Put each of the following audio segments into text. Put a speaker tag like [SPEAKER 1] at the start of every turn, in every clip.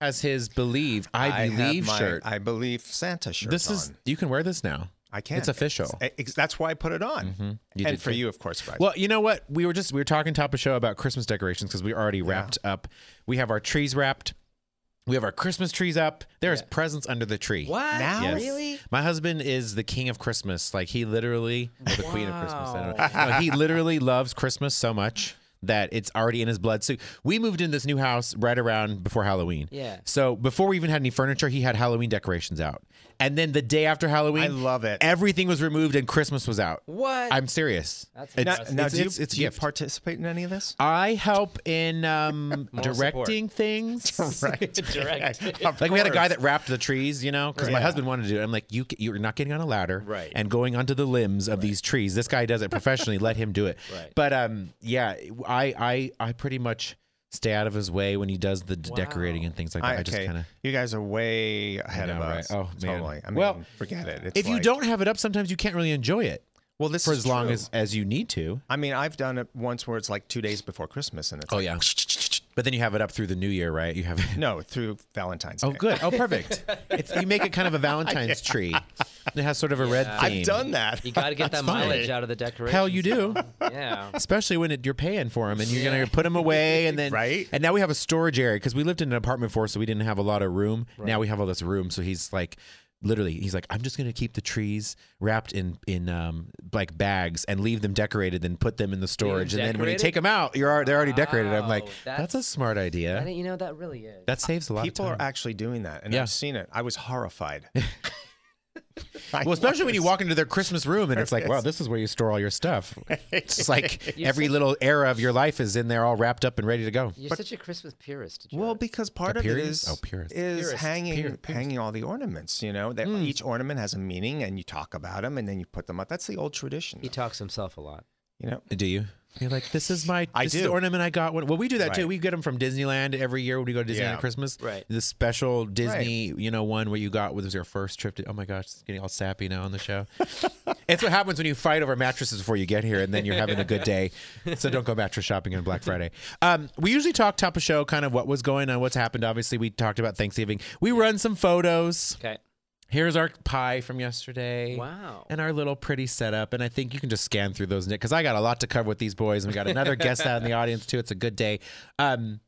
[SPEAKER 1] has his believe I,
[SPEAKER 2] have
[SPEAKER 1] believe
[SPEAKER 2] my
[SPEAKER 1] shirt.
[SPEAKER 2] I believe Santa shirt.
[SPEAKER 1] this
[SPEAKER 2] on.
[SPEAKER 1] is you can wear this now.
[SPEAKER 2] I can.
[SPEAKER 1] It's official. Mm-hmm.
[SPEAKER 2] It's- it's- that's why I put it on.
[SPEAKER 1] You
[SPEAKER 2] and
[SPEAKER 1] did
[SPEAKER 2] for
[SPEAKER 1] good.
[SPEAKER 2] you, of course, Brad.
[SPEAKER 1] Well, you know what? We were just we were talking top of show about Christmas decorations because we already wrapped up. We have our trees wrapped. We have our Christmas trees up. There's presents under the tree.
[SPEAKER 3] What?
[SPEAKER 2] Now? Yes.
[SPEAKER 3] Really?
[SPEAKER 1] My husband is the king of Christmas. Like he literally, or the queen of Christmas. I don't
[SPEAKER 3] Wow.
[SPEAKER 1] know. No, he literally loves Christmas so much that it's already in his blood. So we moved in this new house right around before Halloween.
[SPEAKER 3] Yeah.
[SPEAKER 1] So before we even had any furniture, he had Halloween decorations out. And then the day after Halloween,
[SPEAKER 2] I love it.
[SPEAKER 1] Everything was removed and Christmas was out.
[SPEAKER 3] What?
[SPEAKER 1] I'm serious.
[SPEAKER 3] That's
[SPEAKER 1] it's,
[SPEAKER 2] now,
[SPEAKER 3] impressive.
[SPEAKER 2] now
[SPEAKER 1] it's,
[SPEAKER 2] do you,
[SPEAKER 1] it's, it's a
[SPEAKER 2] do you
[SPEAKER 1] gift.
[SPEAKER 2] participate in any of this?
[SPEAKER 1] I help in um,
[SPEAKER 3] Moral
[SPEAKER 1] directing things.
[SPEAKER 2] Right.
[SPEAKER 3] Direct.
[SPEAKER 1] Like we had a guy that wrapped the trees, you know, because my husband wanted to do it. I'm like, you ca- you're not getting on a ladder
[SPEAKER 3] Right.
[SPEAKER 1] and going onto the limbs of these trees. This guy does it professionally. Let him do it.
[SPEAKER 3] Right.
[SPEAKER 1] But um, yeah, I I I pretty much stay out of his way when he does the d-
[SPEAKER 3] Wow.
[SPEAKER 1] decorating and things like that. I,
[SPEAKER 2] I,
[SPEAKER 1] just
[SPEAKER 2] okay.
[SPEAKER 1] kind of.
[SPEAKER 2] you guys are way ahead
[SPEAKER 1] know,
[SPEAKER 2] of
[SPEAKER 1] right?
[SPEAKER 2] us.
[SPEAKER 1] Oh, man.
[SPEAKER 2] totally. I mean,
[SPEAKER 1] Well,
[SPEAKER 2] forget it. It's
[SPEAKER 1] If you
[SPEAKER 2] like-
[SPEAKER 1] don't have it up, sometimes you can't really enjoy it
[SPEAKER 2] well, this
[SPEAKER 1] for
[SPEAKER 2] is
[SPEAKER 1] as long
[SPEAKER 2] true.
[SPEAKER 1] as as you need to.
[SPEAKER 2] I mean, I've done it once where it's like two days before Christmas, and it's like,
[SPEAKER 1] Oh, yeah. But then you have it up through the new year, right? You have it.
[SPEAKER 2] no through Valentine's
[SPEAKER 1] Oh,
[SPEAKER 2] Day.
[SPEAKER 1] good. Oh, perfect. It's, you make it kind of a Valentine's tree. It has sort of a red theme.
[SPEAKER 2] I've done that.
[SPEAKER 3] You got to get that
[SPEAKER 1] fine.
[SPEAKER 3] mileage out of the decoration.
[SPEAKER 1] Hell, you do.
[SPEAKER 3] Yeah.
[SPEAKER 1] Especially when it, you're paying for them and you're
[SPEAKER 3] Yeah.
[SPEAKER 1] going to put them away. And then,
[SPEAKER 2] Right.
[SPEAKER 1] And now we have a storage area because we lived in an apartment before, so we didn't have a lot of room. Now we have all this room. So he's like, literally, he's like, I'm just going to keep the trees wrapped in, in um, like bags and leave them decorated and put them in the storage. And then when you
[SPEAKER 3] decorated?
[SPEAKER 1] take them out, you're, al- they're already decorated. I'm like,
[SPEAKER 3] Wow,
[SPEAKER 1] that's,
[SPEAKER 3] that's-
[SPEAKER 1] a smart
[SPEAKER 3] I
[SPEAKER 1] idea.
[SPEAKER 3] didn't- you know, that really is.
[SPEAKER 1] That saves a lot
[SPEAKER 2] People
[SPEAKER 1] of
[SPEAKER 2] are
[SPEAKER 1] time.
[SPEAKER 2] actually doing that, and
[SPEAKER 1] Yeah.
[SPEAKER 2] I've seen it. I was horrified.
[SPEAKER 1] Well, especially when you walk into their Christmas room and it's like, wow, this is where you store all your stuff. It's just like every little era of your life is in there all wrapped up and ready to go.
[SPEAKER 3] You're such a Christmas purist.
[SPEAKER 2] Well,
[SPEAKER 3] Jared.
[SPEAKER 2] because part
[SPEAKER 1] A
[SPEAKER 2] of it
[SPEAKER 1] purist?
[SPEAKER 2] is
[SPEAKER 1] Oh, purist.
[SPEAKER 2] is
[SPEAKER 3] Purist.
[SPEAKER 2] hanging
[SPEAKER 1] Pur- purist.
[SPEAKER 2] hanging all the ornaments. You know, that each ornament has a meaning, and you talk about them, and then you put them up. That's the old tradition.
[SPEAKER 3] he talks himself a lot.
[SPEAKER 2] You know,
[SPEAKER 1] Do you? You're like, this is my
[SPEAKER 2] I
[SPEAKER 1] this is the
[SPEAKER 2] do.
[SPEAKER 1] ornament I got. When, well, we do that too.
[SPEAKER 2] Right.
[SPEAKER 1] We get them from Disneyland every year when we go to Disneyland
[SPEAKER 2] Yeah.
[SPEAKER 1] at Christmas.
[SPEAKER 3] Right.
[SPEAKER 1] The special Disney, you know, one where you got what was your first trip to. Oh my gosh, it's getting all sappy now on the show. it's what happens when you fight over mattresses before you get here, and then you're having a good day. So don't go mattress shopping on Black Friday. Um, we usually talk top of show, kind of what was going on, what's happened. Obviously, we talked about Thanksgiving. We run some photos.
[SPEAKER 3] Okay.
[SPEAKER 1] Here's our pie from yesterday.
[SPEAKER 3] Wow.
[SPEAKER 1] And our little pretty setup. And I think you can just scan through those, Nick, because I got a lot to cover with these boys. And we got another guest out in the audience, too. It's a good day. Um,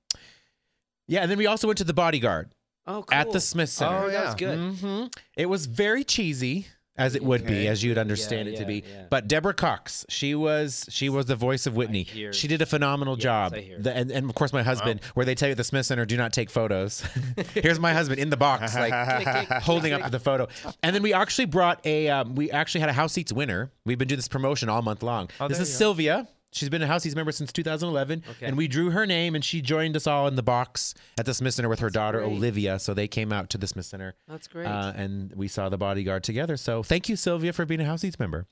[SPEAKER 1] yeah. And then we also went to the bodyguard
[SPEAKER 3] Oh, cool.
[SPEAKER 1] at the Smith Center.
[SPEAKER 2] Oh,
[SPEAKER 3] That was
[SPEAKER 2] yeah.
[SPEAKER 3] good.
[SPEAKER 1] hmm It was very cheesy. As it would be,
[SPEAKER 2] Okay.
[SPEAKER 1] as you'd understand
[SPEAKER 3] Yeah,
[SPEAKER 1] it to
[SPEAKER 3] yeah,
[SPEAKER 1] be,
[SPEAKER 3] yeah.
[SPEAKER 1] but Deborah Cox, she was she was the voice of Whitney.
[SPEAKER 3] hear-
[SPEAKER 1] She did a phenomenal
[SPEAKER 3] Yes,
[SPEAKER 1] job.
[SPEAKER 3] I hear.
[SPEAKER 1] The- and, and of course, my husband, where they tell you at the Smith Center, do not take photos. Here's my husband in the box, like holding up the photo. And then we actually brought a, um, we actually had a house seats winner. We've been doing this promotion all month long. this
[SPEAKER 2] Oh, there
[SPEAKER 1] is
[SPEAKER 2] you go.
[SPEAKER 1] Sylvia. She's been a house seats member since 2011,
[SPEAKER 3] Okay.
[SPEAKER 1] and we drew her name, and she joined us all in the box at the Smith Center with her daughter
[SPEAKER 3] great.
[SPEAKER 1] Olivia. So they came out to the Smith Center,
[SPEAKER 3] That's great.
[SPEAKER 1] uh, and we saw the bodyguard together. So thank you, Sylvia, for being a house seats member.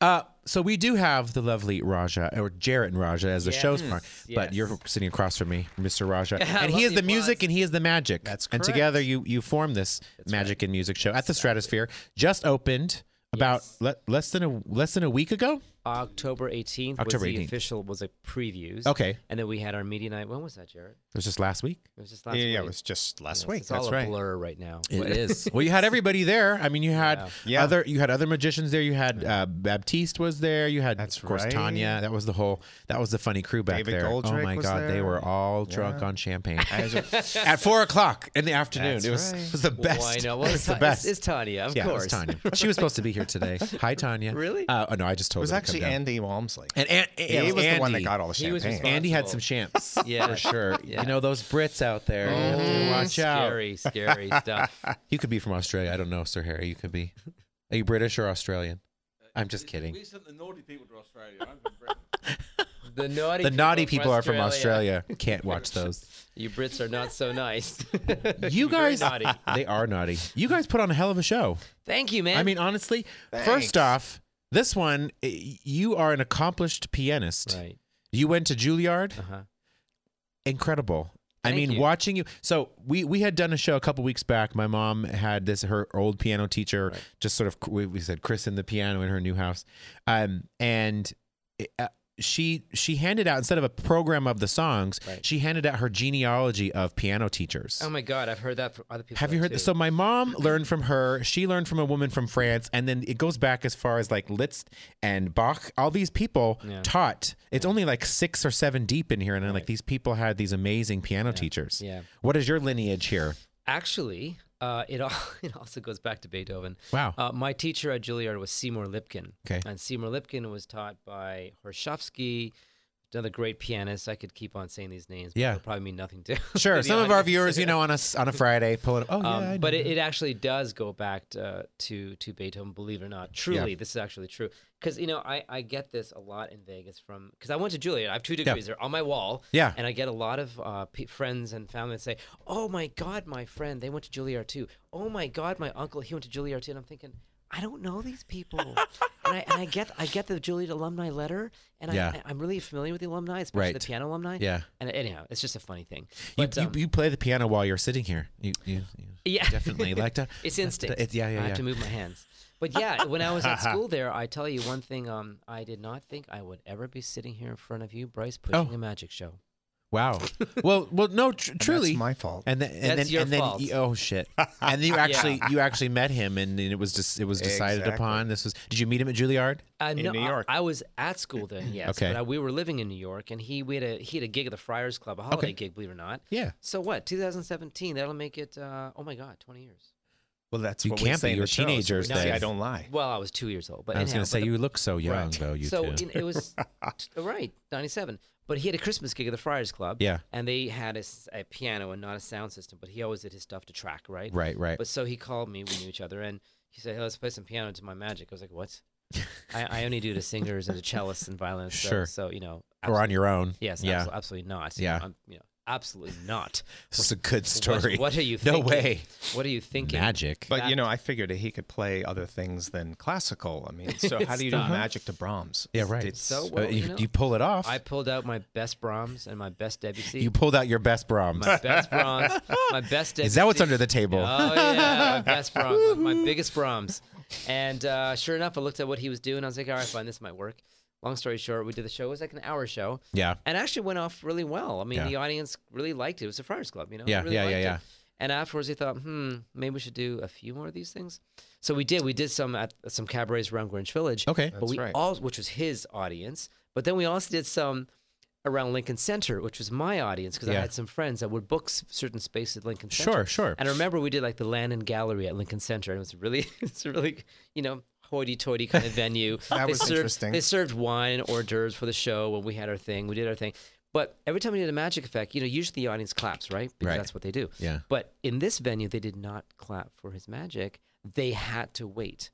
[SPEAKER 1] Uh, so we do have the lovely Raja or Jarrett and Raja as the
[SPEAKER 3] Yes.
[SPEAKER 1] show's part, but
[SPEAKER 3] Yes.
[SPEAKER 1] you're sitting across from me, Mr. Raja,
[SPEAKER 3] I
[SPEAKER 1] and
[SPEAKER 3] love
[SPEAKER 1] he is
[SPEAKER 3] the
[SPEAKER 1] the music
[SPEAKER 3] applause.
[SPEAKER 1] and he is the magic.
[SPEAKER 2] That's
[SPEAKER 1] And
[SPEAKER 2] correct.
[SPEAKER 1] together you you form this magic and music show at the Stratosphere. Just opened about
[SPEAKER 3] Yes.
[SPEAKER 1] le- less than a less than a week ago.
[SPEAKER 3] October 18th
[SPEAKER 1] October
[SPEAKER 3] was the
[SPEAKER 1] 18th.
[SPEAKER 3] official was a previews.
[SPEAKER 1] Okay, it
[SPEAKER 3] And then we had our media night. When was that, Jared?
[SPEAKER 1] was just last week.
[SPEAKER 3] It was just
[SPEAKER 2] yeah,
[SPEAKER 3] last week.
[SPEAKER 2] yeah, it was just last
[SPEAKER 3] Yes,
[SPEAKER 2] week.
[SPEAKER 3] It's
[SPEAKER 2] That's
[SPEAKER 3] all a
[SPEAKER 2] right.
[SPEAKER 3] blur right now.
[SPEAKER 1] It is. well, you had everybody there. I mean, you had
[SPEAKER 3] Yeah.
[SPEAKER 2] Yeah.
[SPEAKER 1] other you had other magicians there. You had uh, Baptiste was there. You had
[SPEAKER 2] That's
[SPEAKER 1] of course
[SPEAKER 2] right.
[SPEAKER 1] Tanya. That was the whole. That was the funny crew back
[SPEAKER 2] David
[SPEAKER 1] there. oh
[SPEAKER 2] Goldrake
[SPEAKER 1] my
[SPEAKER 2] was
[SPEAKER 1] god, they
[SPEAKER 2] there.
[SPEAKER 1] were all drunk
[SPEAKER 2] Yeah.
[SPEAKER 1] on champagne
[SPEAKER 2] As a-
[SPEAKER 1] at four o'clock in the afternoon.
[SPEAKER 2] That's
[SPEAKER 1] it was
[SPEAKER 2] right.
[SPEAKER 1] it was the best.
[SPEAKER 3] Why no?
[SPEAKER 1] it
[SPEAKER 3] Well,
[SPEAKER 1] was
[SPEAKER 3] it's,
[SPEAKER 1] the
[SPEAKER 3] Ta-
[SPEAKER 1] best.
[SPEAKER 3] It's, it's Tanya, of
[SPEAKER 1] yeah,
[SPEAKER 3] course.
[SPEAKER 1] it was Tanya. She was supposed to be here today. Hi, Tanya.
[SPEAKER 3] Really?
[SPEAKER 1] Uh, oh, no, I just
[SPEAKER 2] it
[SPEAKER 1] told
[SPEAKER 2] was
[SPEAKER 1] her. to
[SPEAKER 2] actually
[SPEAKER 1] come down.
[SPEAKER 2] Andy Walmsley.
[SPEAKER 1] And An- yeah, it
[SPEAKER 2] he was the one that
[SPEAKER 1] Andy.
[SPEAKER 2] got all the
[SPEAKER 3] He was
[SPEAKER 2] champagne.
[SPEAKER 3] responsible.
[SPEAKER 1] Andy had some champs.
[SPEAKER 3] Yeah.
[SPEAKER 1] for sure.
[SPEAKER 3] Yeah.
[SPEAKER 1] You know those Brits out there. You have to
[SPEAKER 2] Oh,
[SPEAKER 1] watch out.
[SPEAKER 3] Scary, scary stuff.
[SPEAKER 1] You could be from Australia. I don't know, Sir Harry. You could be. Are you British or Australian? I'm just kidding.
[SPEAKER 4] We sent the naughty people to Australia. I'm from Britain.
[SPEAKER 3] The naughty
[SPEAKER 1] The
[SPEAKER 3] people
[SPEAKER 1] naughty
[SPEAKER 3] of
[SPEAKER 1] people are from Australia. Can't watch those.
[SPEAKER 3] You Brits are not so nice.
[SPEAKER 1] You guys,
[SPEAKER 3] naughty.
[SPEAKER 1] they are naughty. You guys put on a hell of a show.
[SPEAKER 3] Thank you, man.
[SPEAKER 1] I mean, honestly, first
[SPEAKER 2] Thanks.
[SPEAKER 1] off, this one, i- you are an accomplished pianist.
[SPEAKER 3] right.
[SPEAKER 1] You went to Juilliard.
[SPEAKER 3] Uh-huh.
[SPEAKER 1] incredible. I
[SPEAKER 3] Thank
[SPEAKER 1] mean,
[SPEAKER 3] you.
[SPEAKER 1] watching you. So we we had done a show a couple weeks back. My mom had this her old piano teacher just sort of we, we said Chris in the piano in her new house, um, and it, uh, she she handed out instead of a program of the songs, she handed out her genealogy of piano teachers.
[SPEAKER 3] Oh my god, I've heard that from other people.
[SPEAKER 1] Have you heard this? So my mom learned from her. She learned from a woman from France, and then it goes back as far as like Liszt and Bach. All these people taught. It's only like six or seven deep in here, and then like these people had these amazing piano teachers.
[SPEAKER 3] Yeah.
[SPEAKER 1] What is your lineage here?
[SPEAKER 3] Actually, uh, it all, it also goes back to Beethoven.
[SPEAKER 1] Wow.
[SPEAKER 3] Uh, my teacher at Juilliard was Seymour Lipkin.
[SPEAKER 1] Okay.
[SPEAKER 3] And Seymour Lipkin was taught by Horshovsky, another great pianist. I could keep on saying these names. but
[SPEAKER 1] Yeah.
[SPEAKER 3] it'll probably mean nothing to. to
[SPEAKER 1] Sure.
[SPEAKER 3] the
[SPEAKER 1] Some of our
[SPEAKER 3] audience.
[SPEAKER 1] viewers, you know, on a s- on a Friday, pull it up. Oh yeah.
[SPEAKER 3] Um,
[SPEAKER 1] I
[SPEAKER 3] but
[SPEAKER 1] know.
[SPEAKER 3] it, it actually does go back to, uh, to to Beethoven, believe it or not. Truly, this is actually true. Because you know, I, I get this a lot in Vegas from because I went to Juilliard. I have two degrees there on my wall.
[SPEAKER 1] Yeah.
[SPEAKER 3] and I get a lot of uh, pe friends and family that say, "Oh my God, my friend, they went to Juilliard too. Oh my God, my uncle, he went to Juilliard too." And I'm thinking. I don't know these people, and, I, and I get I get the Juilliard alumni letter, and
[SPEAKER 1] Yeah.
[SPEAKER 3] I, I'm really familiar with the alumni,
[SPEAKER 1] Right.
[SPEAKER 3] especially the piano alumni.
[SPEAKER 1] Yeah.
[SPEAKER 3] and anyhow, it's just a funny thing.
[SPEAKER 1] you,
[SPEAKER 3] But,
[SPEAKER 1] you,
[SPEAKER 3] um,
[SPEAKER 1] you play the piano while you're sitting here. You, you, you
[SPEAKER 3] Yeah.
[SPEAKER 1] definitely like that.
[SPEAKER 3] It's instinct.
[SPEAKER 1] It, yeah,
[SPEAKER 3] I
[SPEAKER 1] yeah,
[SPEAKER 3] have to
[SPEAKER 1] yeah.
[SPEAKER 3] move my hands. But yeah, when I was at school there, I tell you one thing. Um, I did not think I would ever be sitting here in front of you, Bryce, pushing
[SPEAKER 1] Oh.
[SPEAKER 3] a magic show.
[SPEAKER 1] Wow. Well, well, no, tr- truly,
[SPEAKER 2] my fault.
[SPEAKER 1] And then, and
[SPEAKER 3] That's
[SPEAKER 1] then,
[SPEAKER 3] your
[SPEAKER 1] and then,
[SPEAKER 3] fault.
[SPEAKER 1] y- oh shit! And then you actually, you actually met him, and, and it was just, it was decided
[SPEAKER 2] Exactly.
[SPEAKER 1] upon. This was. Did you meet him at Juilliard?
[SPEAKER 3] Uh,
[SPEAKER 2] In
[SPEAKER 3] no,
[SPEAKER 2] New
[SPEAKER 3] I-
[SPEAKER 2] York.
[SPEAKER 3] I, was at school then. Yes,
[SPEAKER 1] Okay.
[SPEAKER 3] but I, we were living in New York, and he we had a he had a gig at the Friars Club, a holiday gig, believe it or not.
[SPEAKER 1] Yeah.
[SPEAKER 3] So what? 2017. That'll make it. Uh, oh my God, 20 years.
[SPEAKER 2] Well, that's
[SPEAKER 1] You
[SPEAKER 2] what we
[SPEAKER 1] can't
[SPEAKER 2] say
[SPEAKER 1] be,
[SPEAKER 2] in
[SPEAKER 1] you're
[SPEAKER 2] the show, so we
[SPEAKER 1] teenagers
[SPEAKER 2] can See,
[SPEAKER 3] then.
[SPEAKER 2] I don't lie.
[SPEAKER 3] Well, I was two years old, but
[SPEAKER 1] I was
[SPEAKER 3] anyhow,
[SPEAKER 1] going
[SPEAKER 3] but
[SPEAKER 1] to say
[SPEAKER 3] the-
[SPEAKER 1] you look so young though. You
[SPEAKER 3] so
[SPEAKER 1] two.
[SPEAKER 3] in- it was t- right 97 but he had a christmas gig at the friars club
[SPEAKER 1] Yeah.
[SPEAKER 3] and they had a, s- a piano and not a sound system but he always did his stuff to track right
[SPEAKER 1] right, right.
[SPEAKER 3] but so he called me we knew each other and he said hey let's play some piano to my magic i was like what I, I only do to singers and to cellists and violins so,
[SPEAKER 1] Sure.
[SPEAKER 3] so you know
[SPEAKER 1] or on
[SPEAKER 3] absolute-
[SPEAKER 1] your own.
[SPEAKER 3] yes
[SPEAKER 1] Yeah.
[SPEAKER 3] absolutely, absolutely not You know,
[SPEAKER 1] Yeah.
[SPEAKER 3] I'm, you know absolutely not
[SPEAKER 1] This is a good
[SPEAKER 3] What-
[SPEAKER 1] story.
[SPEAKER 3] what, are you
[SPEAKER 1] No
[SPEAKER 3] thinking?
[SPEAKER 1] way.
[SPEAKER 3] what are you thinking
[SPEAKER 1] Magic.
[SPEAKER 2] But
[SPEAKER 3] That-
[SPEAKER 2] you know, I figured that he could play other things than classical. I mean, so how do you do
[SPEAKER 3] Stop.
[SPEAKER 2] magic to Brahms?
[SPEAKER 1] yeah, right.
[SPEAKER 2] It's-
[SPEAKER 3] So
[SPEAKER 1] Uh,
[SPEAKER 3] well,
[SPEAKER 1] you,
[SPEAKER 3] you know,
[SPEAKER 1] you pull it off.
[SPEAKER 3] i pulled out my best brahms and my best debussy
[SPEAKER 1] you pulled out your best Brahms.
[SPEAKER 3] my best Brahms, my best.
[SPEAKER 1] Is that what's
[SPEAKER 3] Debussy.
[SPEAKER 1] under the table?
[SPEAKER 3] Oh yeah, my best Brahms, my biggest Brahms. And uh, sure enough, I looked at what he was doing. I was like, all right, fine, this might work. Long story short, we did the show. It was like an hour show,
[SPEAKER 1] yeah.
[SPEAKER 3] and actually went off really well. I mean,
[SPEAKER 1] Yeah.
[SPEAKER 3] the audience really liked it. It was a Friars Club, you know.
[SPEAKER 1] Yeah,
[SPEAKER 3] really
[SPEAKER 1] yeah, yeah,
[SPEAKER 3] liked it.
[SPEAKER 1] yeah.
[SPEAKER 3] And afterwards, we thought, hmm, maybe we should do a few more of these things. So we did. We did some at some cabarets around Greenwich Village.
[SPEAKER 1] Okay.
[SPEAKER 3] but
[SPEAKER 2] That's
[SPEAKER 3] we
[SPEAKER 2] right.
[SPEAKER 3] all, which was his audience. But then we also did some around Lincoln Center, which was my audience because
[SPEAKER 1] Yeah.
[SPEAKER 3] I had some friends that would book s- certain spaces at Lincoln Center.
[SPEAKER 1] Sure, sure.
[SPEAKER 3] And I remember we did like the Lannan Gallery at Lincoln Center, and it was really, it's a really, you know, hoity-toity kind of venue.
[SPEAKER 2] That
[SPEAKER 3] they
[SPEAKER 2] was
[SPEAKER 3] served,
[SPEAKER 2] interesting.
[SPEAKER 3] They served wine and hors d'oeuvres for the show when we had our thing. We did our thing. But every time we did a magic effect, you know, usually the audience claps, right? Because
[SPEAKER 1] Right.
[SPEAKER 3] that's what they do.
[SPEAKER 1] Yeah.
[SPEAKER 3] But in this venue, they did not clap for his magic. They had to wait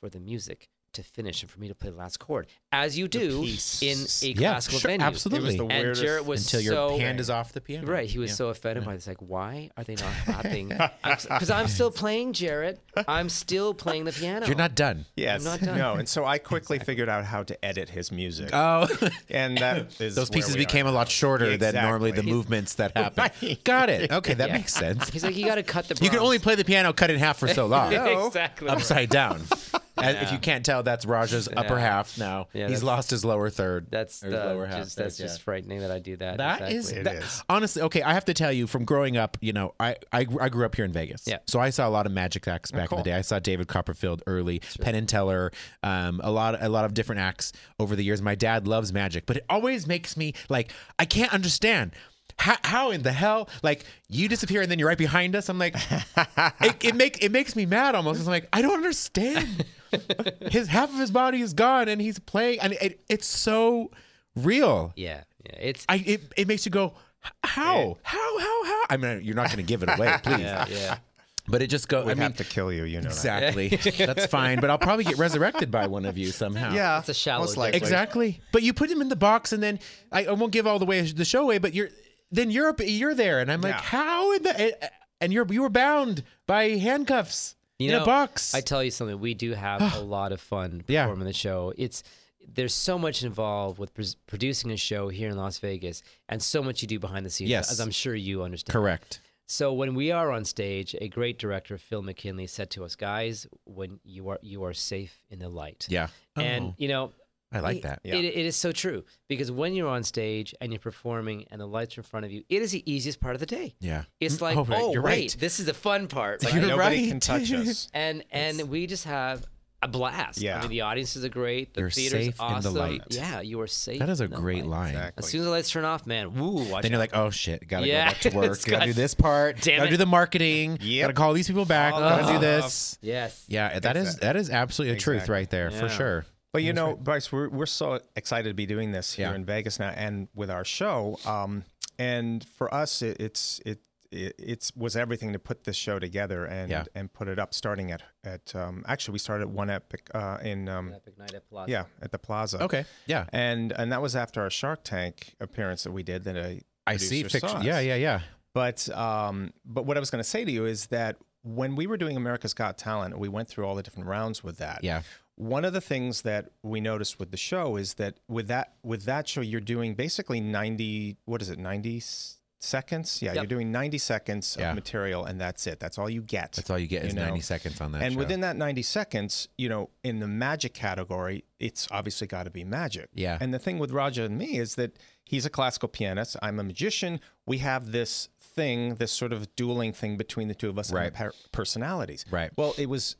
[SPEAKER 3] for the music to finish and for me to play the last chord, as you do in a
[SPEAKER 1] Yeah,
[SPEAKER 3] classical
[SPEAKER 1] sure,
[SPEAKER 3] venue.
[SPEAKER 1] absolutely. It was the
[SPEAKER 3] and
[SPEAKER 2] weirdest-
[SPEAKER 3] Jarrett was
[SPEAKER 1] Until your
[SPEAKER 3] so
[SPEAKER 1] hand is off the piano.
[SPEAKER 3] Right, he was
[SPEAKER 1] Yeah.
[SPEAKER 3] so offended by this. Like, why are they not clapping? Because I'm still playing, Jarrett. I'm still playing the piano.
[SPEAKER 1] You're not done.
[SPEAKER 2] Yes.
[SPEAKER 3] not done.
[SPEAKER 2] No. And so I quickly figured out how to edit his music,
[SPEAKER 1] Oh.
[SPEAKER 2] and that is
[SPEAKER 1] Those
[SPEAKER 2] where
[SPEAKER 1] pieces
[SPEAKER 2] we are.
[SPEAKER 1] became a lot shorter than normally the
[SPEAKER 2] Exactly.
[SPEAKER 1] movements that happen. Got it. Okay, that makes sense.
[SPEAKER 3] He's like, you got to cut the.
[SPEAKER 1] You can
[SPEAKER 3] Brahms."
[SPEAKER 1] only play the piano cut in half for so long.
[SPEAKER 3] exactly.
[SPEAKER 1] Upside down. And If you can't tell, that's Raja's upper half now.
[SPEAKER 3] Yeah,
[SPEAKER 1] He's
[SPEAKER 3] that's-
[SPEAKER 1] lost his lower third.
[SPEAKER 3] That's
[SPEAKER 1] or
[SPEAKER 3] the,
[SPEAKER 1] his lower half.
[SPEAKER 3] just, that's
[SPEAKER 1] yeah.
[SPEAKER 3] just frightening that I do that.
[SPEAKER 1] That
[SPEAKER 3] exactly.
[SPEAKER 1] is
[SPEAKER 2] It
[SPEAKER 1] that-
[SPEAKER 2] is.
[SPEAKER 1] honestly okay. I have to tell you, from growing up, you know, I I, I grew up here in Vegas,
[SPEAKER 3] Yeah. Oh,
[SPEAKER 1] So I saw a lot of magic acts back in the day. I saw David Copperfield early, Penn and Teller, um, a lot a lot of different acts over the years. My dad loves magic, but it always makes me like I can't understand. How, how in the hell like you disappear and then you're right behind us i'm like it, it make it makes me mad almost i'm like i don't understand his half of his body is gone and he's playing and it, it's so real
[SPEAKER 3] Yeah, yeah. It's
[SPEAKER 1] I it, it makes you go "H- how how how how I mean you're not going to give it away please
[SPEAKER 3] yeah, yeah.
[SPEAKER 1] but it just go I
[SPEAKER 2] We'd
[SPEAKER 1] mean
[SPEAKER 2] have to kill you. You know. that.
[SPEAKER 1] exactly that's fine but I'll probably get resurrected by one of you somehow
[SPEAKER 2] Yeah.
[SPEAKER 3] It's a shallow
[SPEAKER 2] Most likely.
[SPEAKER 1] exactly but you put him in the box and then I, I won't give all the way the show away but you're then Europe you're there and I'm like
[SPEAKER 2] Yeah.
[SPEAKER 1] how in the eh, and you're you were bound by handcuffs
[SPEAKER 3] You
[SPEAKER 1] in
[SPEAKER 3] know,
[SPEAKER 1] a box
[SPEAKER 3] I tell you something, we do have a lot of fun
[SPEAKER 1] Yeah.
[SPEAKER 3] performing the show. It's there's so much involved with pr- producing a show here in Las Vegas, and so much you do behind the scenes,
[SPEAKER 1] Yes.
[SPEAKER 3] as I'm sure you understand.
[SPEAKER 1] correct
[SPEAKER 3] So when we are on stage, a great director, Phil McKinley, said to us, "Guys, when you are you are safe in the light."
[SPEAKER 1] yeah
[SPEAKER 3] And
[SPEAKER 1] Oh.
[SPEAKER 3] you know,
[SPEAKER 1] I like that.
[SPEAKER 2] Yeah.
[SPEAKER 3] It, it is so true because when you're on stage and you're performing and the lights are in front of you, it is the easiest part of the day.
[SPEAKER 1] Yeah.
[SPEAKER 3] It's
[SPEAKER 1] Mm,
[SPEAKER 3] like,
[SPEAKER 1] oh,
[SPEAKER 3] oh,
[SPEAKER 1] right, you're
[SPEAKER 3] wait,
[SPEAKER 1] right.
[SPEAKER 3] this is the fun part. Right?
[SPEAKER 1] You're
[SPEAKER 2] Nobody
[SPEAKER 1] right.
[SPEAKER 2] can touch us.
[SPEAKER 3] and and we just have a blast.
[SPEAKER 2] Yeah.
[SPEAKER 3] I mean, the audiences are great. The
[SPEAKER 1] You're
[SPEAKER 3] theater's
[SPEAKER 1] safe in the
[SPEAKER 3] awesome.
[SPEAKER 1] light.
[SPEAKER 3] Yeah, you are safe.
[SPEAKER 1] That is a
[SPEAKER 3] in the
[SPEAKER 1] great
[SPEAKER 3] light.
[SPEAKER 1] line.
[SPEAKER 2] Exactly.
[SPEAKER 3] As soon as the lights turn off, man, woo, watch
[SPEAKER 1] Then you're like, oh shit, gotta
[SPEAKER 3] Yeah.
[SPEAKER 1] go back to work.
[SPEAKER 3] It's
[SPEAKER 1] gotta
[SPEAKER 3] got-
[SPEAKER 1] do this part.
[SPEAKER 3] Damn
[SPEAKER 1] gotta
[SPEAKER 3] it.
[SPEAKER 1] do the marketing.
[SPEAKER 2] Yep.
[SPEAKER 1] Gotta call these people back. gotta do
[SPEAKER 2] Ugh.
[SPEAKER 1] this.
[SPEAKER 3] Yes.
[SPEAKER 1] Yeah, that is
[SPEAKER 2] Exactly.
[SPEAKER 1] that is absolutely the truth
[SPEAKER 2] Exactly.
[SPEAKER 1] right there for
[SPEAKER 3] Yeah.
[SPEAKER 1] sure.
[SPEAKER 2] But you know, Bryce, we're, we're so excited to be doing this here
[SPEAKER 1] Yeah.
[SPEAKER 2] in Vegas now, and with our show. Um, and for us, it, it's it, it it's was everything to put this show together and
[SPEAKER 1] Yeah.
[SPEAKER 2] and put it up. Starting at at um, actually, we started at one epic uh, in um,
[SPEAKER 3] Epic night at Plaza.
[SPEAKER 2] yeah at the Plaza.
[SPEAKER 1] Okay. Yeah.
[SPEAKER 2] and and that was after our Shark Tank appearance that we did. That I
[SPEAKER 1] I see
[SPEAKER 2] producer
[SPEAKER 1] fiction.
[SPEAKER 2] saw
[SPEAKER 1] Yeah,
[SPEAKER 2] us.
[SPEAKER 1] yeah, yeah.
[SPEAKER 2] But um, but what I was going to say to you is that when we were doing America's Got Talent, we went through all the different rounds with that.
[SPEAKER 1] Yeah.
[SPEAKER 2] One of the things that we noticed with the show is that with that with that show, you're doing basically ninety. What is it? Ninety s- seconds. Yeah,
[SPEAKER 3] Yep.
[SPEAKER 2] you're doing ninety seconds
[SPEAKER 1] Yeah.
[SPEAKER 2] of material, and that's it. That's all you get.
[SPEAKER 1] That's all you get is
[SPEAKER 2] know.
[SPEAKER 1] 90 seconds on that.
[SPEAKER 2] and
[SPEAKER 1] show.
[SPEAKER 2] within that 90 seconds, you know, in the magic category, it's obviously got to be magic.
[SPEAKER 1] Yeah.
[SPEAKER 2] And the thing with Raja and me is that he's a classical pianist. I'm a magician. We have this thing, this sort of dueling thing between the two of us
[SPEAKER 1] Right.
[SPEAKER 2] and the par- personalities.
[SPEAKER 1] Right.
[SPEAKER 2] Well, it was,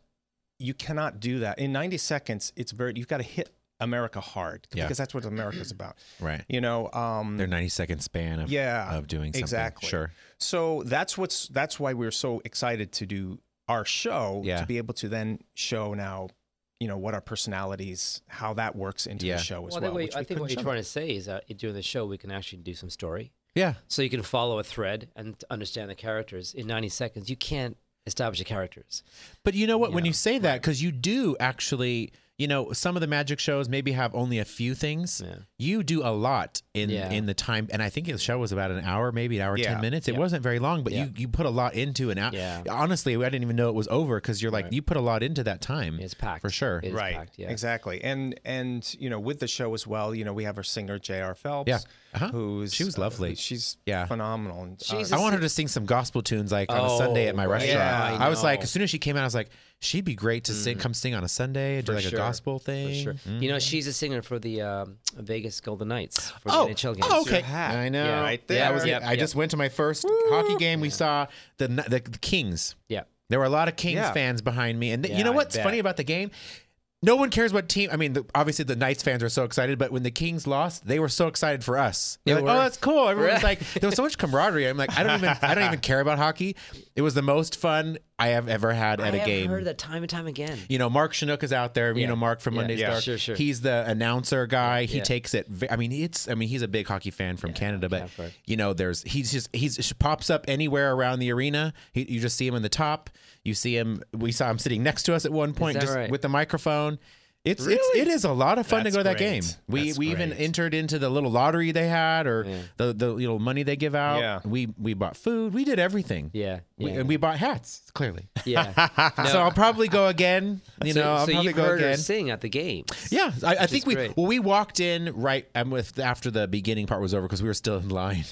[SPEAKER 2] you cannot do that. In 90 seconds, it's very, you've got to hit America hard
[SPEAKER 1] Yeah.
[SPEAKER 2] because that's what America's about.
[SPEAKER 1] right.
[SPEAKER 2] You know, um,
[SPEAKER 1] Their 90 second span of
[SPEAKER 2] yeah,
[SPEAKER 1] of doing something.
[SPEAKER 2] exactly.
[SPEAKER 1] Sure.
[SPEAKER 2] so that's what's that's why we're so excited to do our show
[SPEAKER 1] Yeah.
[SPEAKER 2] to be able to then show now, you know, what our personalities, how that works into
[SPEAKER 1] Yeah.
[SPEAKER 2] the show as
[SPEAKER 3] Well, I
[SPEAKER 2] well.
[SPEAKER 3] think,
[SPEAKER 2] which
[SPEAKER 3] what, I
[SPEAKER 2] we
[SPEAKER 3] think what
[SPEAKER 2] couldn't
[SPEAKER 3] you're
[SPEAKER 2] show.
[SPEAKER 3] trying to say is that during the show, we can actually do some story.
[SPEAKER 1] Yeah.
[SPEAKER 3] So you can follow a thread and understand the characters in 90 seconds. You can't establish the characters.
[SPEAKER 1] But you know what? when you say that, because you do actually, you know, some of the magic shows maybe have only a few things.
[SPEAKER 3] Yeah.
[SPEAKER 1] You do a lot in
[SPEAKER 3] Yeah.
[SPEAKER 1] in the time, and I think the show was about an hour, maybe an hour
[SPEAKER 2] Yeah.
[SPEAKER 1] ten minutes. It wasn't very long, but
[SPEAKER 3] Yeah.
[SPEAKER 1] you you put a lot into an hour.
[SPEAKER 3] Yeah.
[SPEAKER 1] Honestly, I didn't even know it was over because you're like you put a lot into that time.
[SPEAKER 3] It's packed.
[SPEAKER 1] for sure.
[SPEAKER 3] It is
[SPEAKER 2] right
[SPEAKER 3] packed, yeah.
[SPEAKER 2] exactly and and you know with the show as well you know we have our singer J.R. phelps
[SPEAKER 1] Yeah. Uh-huh.
[SPEAKER 2] who's uh,
[SPEAKER 1] She was lovely.
[SPEAKER 2] she's
[SPEAKER 1] Yeah.
[SPEAKER 2] phenomenal and, uh,
[SPEAKER 3] She's
[SPEAKER 1] I want her to sing some gospel tunes like on a
[SPEAKER 3] Oh,
[SPEAKER 1] Sunday at my
[SPEAKER 3] right.
[SPEAKER 1] restaurant.
[SPEAKER 2] Yeah,
[SPEAKER 1] I,
[SPEAKER 2] I
[SPEAKER 1] was like,
[SPEAKER 3] know. Mm.
[SPEAKER 1] as soon as she came out, I was like, she'd be great to sing, come sing on a Sunday, do
[SPEAKER 3] For
[SPEAKER 1] like a
[SPEAKER 3] sure.
[SPEAKER 1] gospel
[SPEAKER 3] For
[SPEAKER 1] thing.
[SPEAKER 3] sure.
[SPEAKER 1] Mm.
[SPEAKER 3] You know, she's a singer for the um, Vegas Golden Knights for the NHL games.
[SPEAKER 1] oh, okay.
[SPEAKER 2] Your hat.
[SPEAKER 1] I know.
[SPEAKER 3] Yeah.
[SPEAKER 2] Right
[SPEAKER 1] Yeah, I,
[SPEAKER 2] there.
[SPEAKER 1] was,
[SPEAKER 3] Yep,
[SPEAKER 1] I
[SPEAKER 3] yep.
[SPEAKER 1] just went to my first hockey game. We saw the, the the Kings.
[SPEAKER 3] Yeah.
[SPEAKER 1] There were a lot of Kings
[SPEAKER 2] Yeah.
[SPEAKER 1] fans behind me, and th- you
[SPEAKER 3] Yeah,
[SPEAKER 1] know
[SPEAKER 3] I
[SPEAKER 1] what's
[SPEAKER 3] bet.
[SPEAKER 1] funny about the game? No one cares what team. I mean, the, obviously the Knights fans were so excited, but when the Kings lost, they were so excited for us. They're
[SPEAKER 3] They
[SPEAKER 1] like,
[SPEAKER 3] were.
[SPEAKER 1] "Oh, that's cool!" Everyone's
[SPEAKER 3] Right.
[SPEAKER 1] like, there was so much camaraderie. I'm like, I don't even, I don't even care about hockey. It was the most fun I have ever had at
[SPEAKER 3] I
[SPEAKER 1] a
[SPEAKER 3] have
[SPEAKER 1] game.
[SPEAKER 3] heard that time and time again.
[SPEAKER 1] You know, Mark Chinook is out there. You
[SPEAKER 3] Yeah.
[SPEAKER 1] know, Mark from
[SPEAKER 3] Yeah.
[SPEAKER 1] Monday's
[SPEAKER 2] Yeah.
[SPEAKER 1] Dark.
[SPEAKER 3] Sure, sure.
[SPEAKER 1] He's the announcer guy. He
[SPEAKER 3] Yeah.
[SPEAKER 1] takes it. ve- I mean, it's. I mean, he's a big hockey fan from Canada, but
[SPEAKER 3] I've heard.
[SPEAKER 1] you know, there's he's just he's he pops up anywhere around the arena. He, you just see him in the top. You see him. We saw him sitting next to us at one point,
[SPEAKER 3] that
[SPEAKER 1] just
[SPEAKER 3] right?
[SPEAKER 1] with the microphone. It's it's it is a lot of fun
[SPEAKER 2] That's
[SPEAKER 1] to go to that
[SPEAKER 2] great.
[SPEAKER 1] game. We
[SPEAKER 2] That's
[SPEAKER 1] we even
[SPEAKER 2] great.
[SPEAKER 1] entered into the little lottery they had, or
[SPEAKER 3] Yeah.
[SPEAKER 1] the the little money they give out.
[SPEAKER 2] Yeah.
[SPEAKER 1] We we bought food. We did everything.
[SPEAKER 3] Yeah.
[SPEAKER 1] We,
[SPEAKER 3] yeah.
[SPEAKER 1] and we bought hats. Clearly.
[SPEAKER 3] yeah.
[SPEAKER 1] So I'll probably go again. You know,
[SPEAKER 3] so,
[SPEAKER 1] I'll
[SPEAKER 3] so
[SPEAKER 1] probably
[SPEAKER 3] you've
[SPEAKER 1] go
[SPEAKER 3] heard her
[SPEAKER 1] again.
[SPEAKER 3] sing at the games.
[SPEAKER 1] Yeah, I, I think we
[SPEAKER 3] great.
[SPEAKER 1] well we walked in right um, with after the beginning part was over because we were still in line.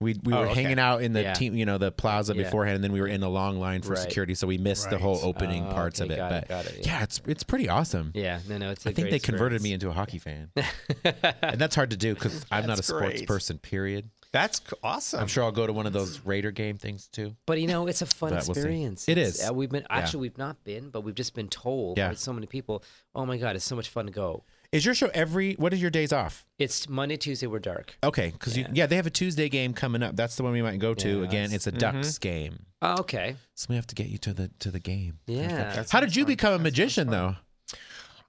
[SPEAKER 1] We we were
[SPEAKER 2] okay.
[SPEAKER 1] hanging out in the
[SPEAKER 3] Oh, Yeah.
[SPEAKER 1] team, you know, the plaza
[SPEAKER 3] Yeah.
[SPEAKER 1] beforehand, and then we were in a long line for
[SPEAKER 3] Right.
[SPEAKER 1] security, so we missed the
[SPEAKER 2] Right.
[SPEAKER 1] whole opening
[SPEAKER 3] Oh,
[SPEAKER 1] parts of
[SPEAKER 3] okay,
[SPEAKER 1] it.
[SPEAKER 3] got it,
[SPEAKER 1] but
[SPEAKER 3] got it,
[SPEAKER 1] yeah.
[SPEAKER 3] yeah.
[SPEAKER 1] it's it's pretty awesome.
[SPEAKER 3] Yeah. No, no, it's a
[SPEAKER 1] I think they converted me into a hockey fan, and that's hard to do because I'm not a
[SPEAKER 2] That's
[SPEAKER 1] sports
[SPEAKER 2] great.
[SPEAKER 1] person. Period.
[SPEAKER 2] that's c- awesome
[SPEAKER 1] I'm sure I'll go to one of those Raider game things too.
[SPEAKER 3] But you know, it's a fun
[SPEAKER 1] But we'll see.
[SPEAKER 3] experience.
[SPEAKER 1] It
[SPEAKER 3] It's-
[SPEAKER 1] is.
[SPEAKER 3] uh, we've been actually we've not been, but we've just been told
[SPEAKER 1] Yeah.
[SPEAKER 3] by so many people, "Oh my god, it's so much fun to go."
[SPEAKER 1] Is your show every? What is your days off?
[SPEAKER 3] It's Monday, Tuesday, we're dark.
[SPEAKER 1] Okay, because yeah. they have a Tuesday game coming up. That's the one we might go to
[SPEAKER 3] Yeah,
[SPEAKER 1] again. It's
[SPEAKER 3] that's-
[SPEAKER 1] a Ducks game,
[SPEAKER 3] Oh, okay.
[SPEAKER 1] so we have to get you to the to the game.
[SPEAKER 3] Yeah.
[SPEAKER 2] That's-
[SPEAKER 1] How did you
[SPEAKER 2] fun.
[SPEAKER 1] become a magician though?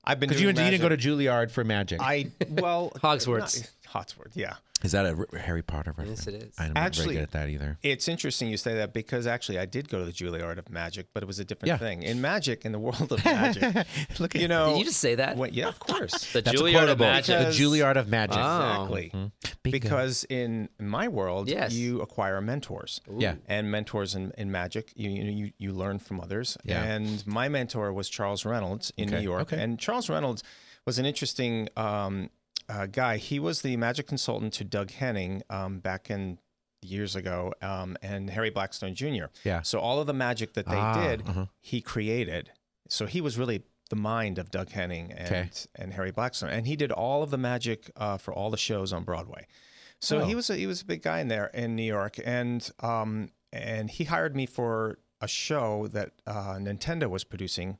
[SPEAKER 2] i've been
[SPEAKER 1] Because you,
[SPEAKER 2] doing
[SPEAKER 1] you didn't go to
[SPEAKER 2] magic.
[SPEAKER 1] Juilliard for magic.
[SPEAKER 2] i well
[SPEAKER 3] Hogsworth.
[SPEAKER 2] not- hogsworth yeah
[SPEAKER 1] is that a R- Harry Potter reference?
[SPEAKER 3] yes, it is.
[SPEAKER 1] I'm
[SPEAKER 2] Actually-
[SPEAKER 1] not very good at that either.
[SPEAKER 2] It's interesting you say that because actually I did go to the Juilliard of Magic, but it was a different
[SPEAKER 1] Yeah.
[SPEAKER 2] thing. In magic, in the world of magic,
[SPEAKER 1] Look
[SPEAKER 2] you know,
[SPEAKER 3] Did you just say that?
[SPEAKER 2] What, yeah, of course,
[SPEAKER 3] the
[SPEAKER 1] Oh, that's a
[SPEAKER 3] Juilliard of
[SPEAKER 1] quotable.
[SPEAKER 3] Magic.
[SPEAKER 1] The Juilliard of magic.
[SPEAKER 3] Oh.
[SPEAKER 2] exactly.
[SPEAKER 1] Bingo.
[SPEAKER 2] Ah. Because in my world,
[SPEAKER 3] Yes.
[SPEAKER 2] you acquire mentors.
[SPEAKER 1] yeah,
[SPEAKER 2] And mentors in, in magic, you you, know, you you learn from others.
[SPEAKER 1] Yeah.
[SPEAKER 2] And my mentor was Charles Reynolds in
[SPEAKER 1] Okay,
[SPEAKER 2] New York.
[SPEAKER 1] okay.
[SPEAKER 2] And Charles Reynolds was an interesting um, uh, guy. He was the magic consultant to Doug Henning um, back in years ago, um, and Harry Blackstone Jr.
[SPEAKER 1] yeah.
[SPEAKER 2] So all of the magic that they
[SPEAKER 1] Ah,
[SPEAKER 2] did,
[SPEAKER 1] uh-huh.
[SPEAKER 2] he created. So he was really the mind of Doug Henning and
[SPEAKER 1] Okay.
[SPEAKER 2] and Harry Blackstone, and he did all of the magic uh, for all the shows on Broadway. So
[SPEAKER 1] Oh.
[SPEAKER 2] he was a, he was a big guy in there in New York, and um and he hired me for a show that uh, Nintendo was producing.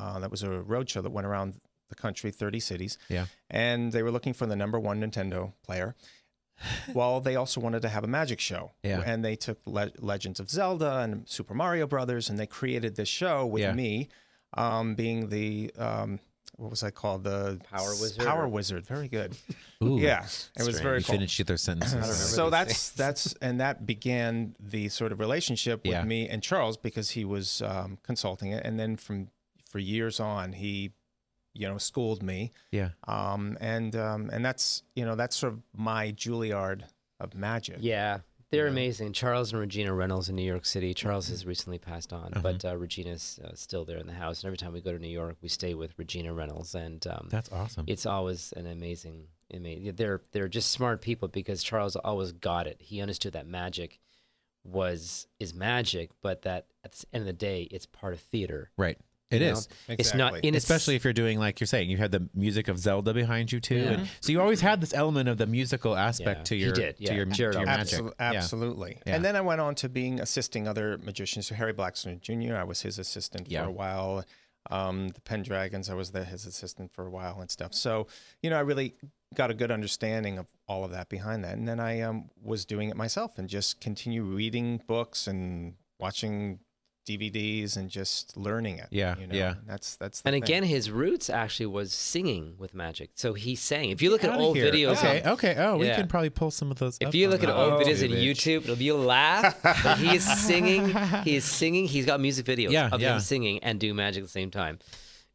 [SPEAKER 2] Uh, that was a road show that went around the country, thirty cities.
[SPEAKER 1] Yeah.
[SPEAKER 2] and they were looking for the number one Nintendo player. well, they also wanted to have a magic show,
[SPEAKER 1] Yeah.
[SPEAKER 2] and they took Le- Legends of Zelda and Super Mario Brothers, and they created this show with
[SPEAKER 1] Yeah.
[SPEAKER 2] me um, being the um, what was I called the
[SPEAKER 3] Power
[SPEAKER 2] s-
[SPEAKER 3] wizard
[SPEAKER 2] Power
[SPEAKER 3] or-
[SPEAKER 2] wizard. Very good.
[SPEAKER 1] Ooh.
[SPEAKER 2] yeah, it was
[SPEAKER 3] strange.
[SPEAKER 2] very
[SPEAKER 1] You
[SPEAKER 2] cool.
[SPEAKER 1] finished their sentences.
[SPEAKER 3] I don't remember
[SPEAKER 2] So
[SPEAKER 3] these
[SPEAKER 2] that's that's and that began the sort of relationship with
[SPEAKER 1] Yeah.
[SPEAKER 2] me and Charles because he was um, consulting it, and then from for years on he, you know, schooled me,
[SPEAKER 1] Yeah.
[SPEAKER 2] um, and um, and that's you know that's sort of my Juilliard of magic.
[SPEAKER 3] Yeah, they're
[SPEAKER 2] Yeah.
[SPEAKER 3] amazing. Charles and Regina Reynolds in New York City. Charles has recently passed on, but
[SPEAKER 1] Uh-huh.
[SPEAKER 3] uh, Regina's uh, still there in the house. And every time we go to New York, we stay with Regina Reynolds, and um,
[SPEAKER 1] That's awesome.
[SPEAKER 3] it's always an amazing. I mean, they're they're just smart people because Charles always got it. He understood that magic was is magic, but that at the end of the day, it's part of theater.
[SPEAKER 1] right. It
[SPEAKER 3] you
[SPEAKER 1] is.
[SPEAKER 3] know? It's not
[SPEAKER 2] Exactly.
[SPEAKER 3] in its-
[SPEAKER 1] especially if you're doing like you're saying you had the music of Zelda behind you too,
[SPEAKER 3] Yeah.
[SPEAKER 1] and so you always had this element of the musical aspect
[SPEAKER 3] Yeah.
[SPEAKER 1] to
[SPEAKER 3] He
[SPEAKER 1] your
[SPEAKER 3] did, yeah.
[SPEAKER 1] to your,
[SPEAKER 3] Jared
[SPEAKER 1] to your
[SPEAKER 3] Allen.
[SPEAKER 1] magic.
[SPEAKER 2] Absol-
[SPEAKER 1] Yeah.
[SPEAKER 2] Absolutely.
[SPEAKER 1] Yeah.
[SPEAKER 2] And then I went on to being assisting other magicians. So Harry Blackstone Jr., I was his assistant
[SPEAKER 1] Yeah.
[SPEAKER 2] for a while. Um, the Pendragons, I was the, his assistant for a while and stuff. So, you know, I really got a good understanding of all of that behind that. And then I um, was doing it myself and just continue reading books and watching DVDs and just learning it.
[SPEAKER 1] Yeah,
[SPEAKER 2] You know?
[SPEAKER 1] yeah.
[SPEAKER 2] And that's, that's the
[SPEAKER 3] And
[SPEAKER 2] thing.
[SPEAKER 3] again, his roots actually was singing with magic. So he sang. If you look at
[SPEAKER 1] Outta
[SPEAKER 3] old
[SPEAKER 1] here.
[SPEAKER 3] videos,
[SPEAKER 1] Okay.
[SPEAKER 3] on-
[SPEAKER 1] Okay. Oh, we
[SPEAKER 3] Yeah.
[SPEAKER 1] can probably pull some of those.
[SPEAKER 3] If
[SPEAKER 1] up
[SPEAKER 3] you
[SPEAKER 1] on
[SPEAKER 3] look at
[SPEAKER 1] that.
[SPEAKER 3] old
[SPEAKER 2] Oh,
[SPEAKER 3] videos on
[SPEAKER 2] bitch.
[SPEAKER 3] YouTube, it'll be a laugh. but he is singing. He is singing. He's got music videos
[SPEAKER 1] Yeah,
[SPEAKER 3] of
[SPEAKER 1] yeah.
[SPEAKER 3] him singing and doing magic at the same time.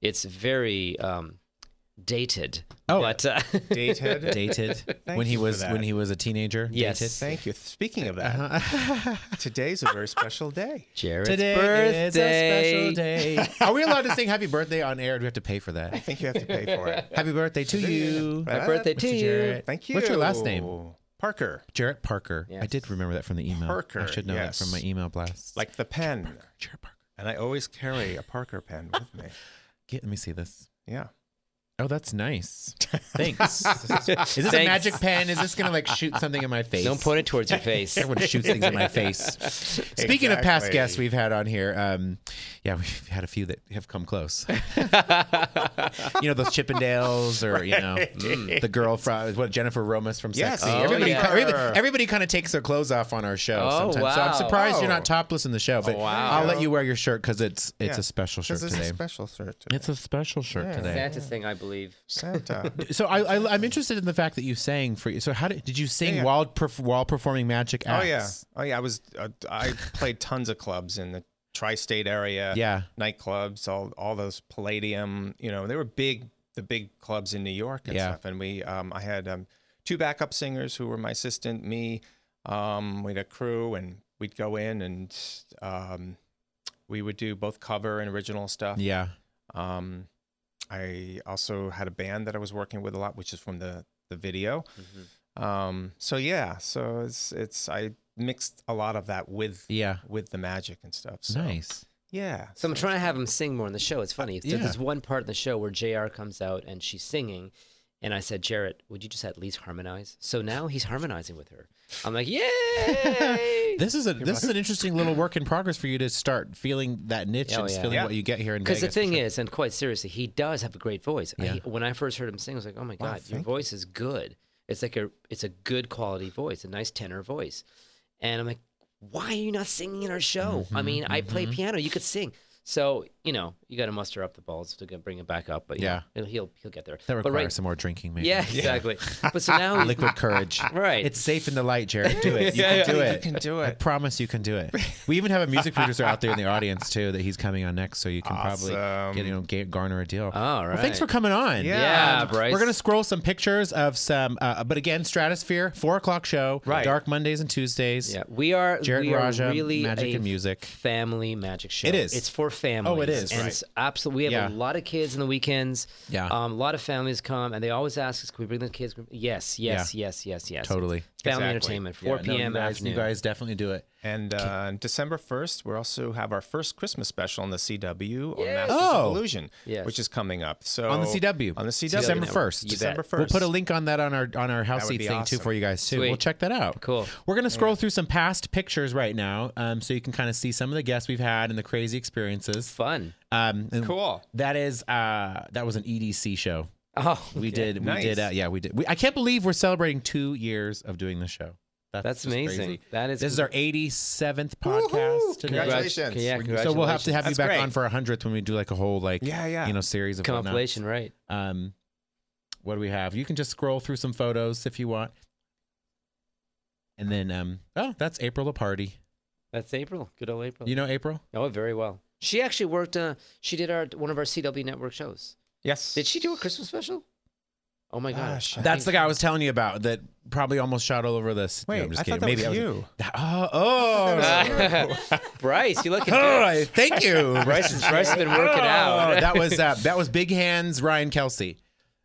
[SPEAKER 3] It's very um, dated.
[SPEAKER 1] Oh.
[SPEAKER 3] but uh,
[SPEAKER 2] Dated.
[SPEAKER 1] dated
[SPEAKER 2] Thank
[SPEAKER 1] when he
[SPEAKER 2] you for
[SPEAKER 1] was
[SPEAKER 2] that.
[SPEAKER 1] when he was a teenager.
[SPEAKER 3] Yes.
[SPEAKER 1] Dated. Uh-huh.
[SPEAKER 2] Thank you. Speaking of that, today's a very special day.
[SPEAKER 3] Jared's
[SPEAKER 1] Today
[SPEAKER 3] birthday.
[SPEAKER 1] is a special day. Are we allowed to sing happy birthday on air? Or do we have to pay for
[SPEAKER 2] I
[SPEAKER 1] that?
[SPEAKER 2] think you have to pay for it.
[SPEAKER 1] Happy birthday to you.
[SPEAKER 3] Happy birthday to
[SPEAKER 1] Mr.
[SPEAKER 3] you.
[SPEAKER 1] Jared.
[SPEAKER 2] Thank you.
[SPEAKER 1] What's your last name?
[SPEAKER 2] Parker.
[SPEAKER 1] Jarrett Parker. I
[SPEAKER 3] Yes.
[SPEAKER 1] did remember that from the email. I
[SPEAKER 2] Parker,
[SPEAKER 1] should know that from my
[SPEAKER 2] yes.
[SPEAKER 1] email blast.
[SPEAKER 2] Like the pen.
[SPEAKER 1] Jarrett Parker.
[SPEAKER 2] And I always carry a Parker pen with me.
[SPEAKER 1] Get, let me see this.
[SPEAKER 2] Yeah.
[SPEAKER 1] Oh, that's nice. Thanks. is this a
[SPEAKER 3] Thanks.
[SPEAKER 1] magic pen? Is this gonna like shoot something in my face?
[SPEAKER 3] Don't point it towards your face.
[SPEAKER 1] Everyone shoots things in my face. Speaking of past
[SPEAKER 2] Exactly.
[SPEAKER 1] guests we've had on here, um, yeah, we've had a few that have come close. you know those Chippendales, or you know the girl from what Jennifer Romas from
[SPEAKER 2] Yes.
[SPEAKER 1] Sexy.
[SPEAKER 2] Oh,
[SPEAKER 1] everybody,
[SPEAKER 3] yeah.
[SPEAKER 1] everybody, everybody kind of takes their clothes off on our show.
[SPEAKER 3] Oh,
[SPEAKER 1] sometimes. So I'm
[SPEAKER 3] wow.
[SPEAKER 1] surprised you're not
[SPEAKER 2] Oh.
[SPEAKER 1] topless in the show, but
[SPEAKER 3] wow.
[SPEAKER 1] I'll let you wear your shirt because it's it's
[SPEAKER 2] Yeah.
[SPEAKER 1] a special shirt
[SPEAKER 2] This is a
[SPEAKER 1] today.
[SPEAKER 2] special shirt today.
[SPEAKER 1] it's a special shirt
[SPEAKER 2] Yeah.
[SPEAKER 1] today.
[SPEAKER 3] Santa's thing, I believe.
[SPEAKER 2] Santa.
[SPEAKER 1] So I, I I'm interested in the fact that you sang for so how did, did you sing
[SPEAKER 2] Yeah, yeah.
[SPEAKER 1] while perf- while performing magic
[SPEAKER 2] oh
[SPEAKER 1] acts?
[SPEAKER 2] yeah. Oh yeah. I was. Uh, I played tons of clubs in the tri-state area.
[SPEAKER 1] Yeah.
[SPEAKER 2] Nightclubs. All all those Palladium. You know, they were big. The big clubs in New York and
[SPEAKER 1] Yeah.
[SPEAKER 2] stuff. And we. Um, I had um, two backup singers who were my assistant. Me. Um, we had a crew, and we'd go in and um, we would do both cover and original stuff.
[SPEAKER 1] Yeah.
[SPEAKER 2] Um, I also had a band that I was working with a lot, which is from the the video.
[SPEAKER 1] Mm-hmm.
[SPEAKER 2] Um, so yeah, so it's it's I mixed a lot of that with
[SPEAKER 1] Yeah.
[SPEAKER 2] with the magic and stuff. So,
[SPEAKER 1] Nice.
[SPEAKER 2] Yeah.
[SPEAKER 3] So I'm trying to have him sing more in the show. It's funny.
[SPEAKER 1] yeah.
[SPEAKER 3] There's this one part in the show where JR comes out and she's singing. And I said, Jarrett, would you just at least harmonize? So now he's harmonizing with her. I'm like, yay!
[SPEAKER 1] This is a this is an interesting little work in progress for you to start feeling that niche
[SPEAKER 3] Oh,
[SPEAKER 1] and
[SPEAKER 3] yeah.
[SPEAKER 1] feeling
[SPEAKER 2] Yeah.
[SPEAKER 1] what you get here in
[SPEAKER 3] Because
[SPEAKER 1] Vegas.
[SPEAKER 3] the thing
[SPEAKER 1] for sure.
[SPEAKER 3] is, and quite seriously, he does have a great voice. I-
[SPEAKER 1] Yeah.
[SPEAKER 3] when I first heard him sing, I was like, oh my God, your
[SPEAKER 2] thank
[SPEAKER 3] voice is good. It's like a, it's a good quality voice, a nice tenor voice. And I'm like, why are you not singing in our show?
[SPEAKER 1] Mm-hmm,
[SPEAKER 3] I mean, I play piano, you could sing. So, you know, you got to muster up the balls to go bring it back up. But yeah,
[SPEAKER 1] Yeah.
[SPEAKER 3] he'll, he'll get there.
[SPEAKER 1] that
[SPEAKER 3] But
[SPEAKER 1] requires
[SPEAKER 3] right-
[SPEAKER 1] some more drinking, maybe.
[SPEAKER 3] Yeah, exactly. But so now, he's-
[SPEAKER 1] Liquid courage.
[SPEAKER 3] Right.
[SPEAKER 1] It's safe in the light, Jared. Do it. You
[SPEAKER 3] Yeah,
[SPEAKER 1] can do
[SPEAKER 2] yeah.
[SPEAKER 1] it.
[SPEAKER 2] You can do
[SPEAKER 1] I
[SPEAKER 2] it.
[SPEAKER 1] promise you can do it. We even have a music producer out there in the audience too that he's coming on next, so you can probably
[SPEAKER 2] Awesome.
[SPEAKER 1] get you know ga- garner a deal.
[SPEAKER 3] All
[SPEAKER 1] Well, thanks for
[SPEAKER 3] right.
[SPEAKER 1] coming on.
[SPEAKER 2] Yeah.
[SPEAKER 3] yeah,
[SPEAKER 2] Um,
[SPEAKER 3] Bryce.
[SPEAKER 1] We're gonna scroll some pictures of some, uh, but again, Stratosphere, four o'clock show,
[SPEAKER 2] Right.
[SPEAKER 1] Dark Mondays and Tuesdays.
[SPEAKER 3] Yeah, we are.
[SPEAKER 1] Jared
[SPEAKER 3] we are
[SPEAKER 1] Raja,
[SPEAKER 3] really
[SPEAKER 1] Magic
[SPEAKER 3] a
[SPEAKER 1] and Music.
[SPEAKER 3] family magic show.
[SPEAKER 1] It is.
[SPEAKER 3] It's for families.
[SPEAKER 1] is,
[SPEAKER 3] And
[SPEAKER 1] right.
[SPEAKER 3] it's absolutely. We have
[SPEAKER 1] Yeah.
[SPEAKER 3] a lot of kids on the weekends.
[SPEAKER 1] Yeah.
[SPEAKER 3] Um, a lot of families come, and they always ask us, "Can we bring the kids?" Yes, yes, yes, yes, yes.
[SPEAKER 1] Totally.
[SPEAKER 2] Exactly.
[SPEAKER 3] Family entertainment,
[SPEAKER 1] Yeah,
[SPEAKER 3] 4
[SPEAKER 1] no,
[SPEAKER 3] p.m.
[SPEAKER 1] you guys,
[SPEAKER 3] afternoon.
[SPEAKER 1] You guys definitely do it.
[SPEAKER 2] And uh, December 1st, we also have our first Christmas special on the CW on Masters
[SPEAKER 1] Oh.
[SPEAKER 2] of Illusion,
[SPEAKER 3] Yes.
[SPEAKER 2] which is coming up. So
[SPEAKER 1] On the CW.
[SPEAKER 2] On the CW.
[SPEAKER 1] December
[SPEAKER 3] Network.
[SPEAKER 1] 1st.
[SPEAKER 2] December 1st.
[SPEAKER 1] We'll put a link on that on our on our house
[SPEAKER 2] That
[SPEAKER 1] seat
[SPEAKER 2] would
[SPEAKER 1] thing
[SPEAKER 2] be
[SPEAKER 1] too
[SPEAKER 2] awesome.
[SPEAKER 1] for you guys too. We'll
[SPEAKER 3] Sweet.
[SPEAKER 1] check that out.
[SPEAKER 3] Cool.
[SPEAKER 1] We're gonna scroll through some past pictures right now, um, so you can kind of see some of the guests we've had and the crazy experiences.
[SPEAKER 3] Fun.
[SPEAKER 1] Um, and
[SPEAKER 2] Cool.
[SPEAKER 1] That is uh, that was an EDC show.
[SPEAKER 3] Oh,
[SPEAKER 1] We did. We
[SPEAKER 2] Nice.
[SPEAKER 1] did. Uh, yeah, we did. We, I can't believe we're celebrating two years of doing this show.
[SPEAKER 3] that's
[SPEAKER 1] just
[SPEAKER 3] amazing.
[SPEAKER 1] crazy.
[SPEAKER 3] That is.
[SPEAKER 1] This is our 87th podcast. today.
[SPEAKER 2] Congratulations.
[SPEAKER 3] Yeah,
[SPEAKER 1] So
[SPEAKER 3] congratulations.
[SPEAKER 1] we'll have to have
[SPEAKER 2] That's
[SPEAKER 1] you back
[SPEAKER 2] great.
[SPEAKER 1] on for a hundredth when we do like a whole like
[SPEAKER 2] Yeah, yeah.
[SPEAKER 1] you know series of whatnot.
[SPEAKER 3] compilation, right?
[SPEAKER 1] Um, what do we have? You can just scroll through some photos if you want. And then, um, oh, that's April the party.
[SPEAKER 3] That's April. Good old April.
[SPEAKER 1] You know April?
[SPEAKER 3] oh, very well. She actually worked. Uh, she did our one of our CW network shows.
[SPEAKER 2] Yes.
[SPEAKER 3] Did she do a Christmas special? Oh my gosh.
[SPEAKER 2] Gosh, I
[SPEAKER 1] Ah, That's the guy I was telling you about that probably almost shot all over this.
[SPEAKER 2] Wait,
[SPEAKER 1] I'm just
[SPEAKER 2] I
[SPEAKER 1] kidding.
[SPEAKER 2] thought that
[SPEAKER 1] Maybe
[SPEAKER 2] was
[SPEAKER 1] I
[SPEAKER 2] you.
[SPEAKER 1] Oh, oh,
[SPEAKER 3] Bryce, you looking good.
[SPEAKER 1] oh, thank you.
[SPEAKER 3] Bryce, is- Bryce has been working out.
[SPEAKER 1] Oh, that was uh, that was Big Hands Ryan Kelsey,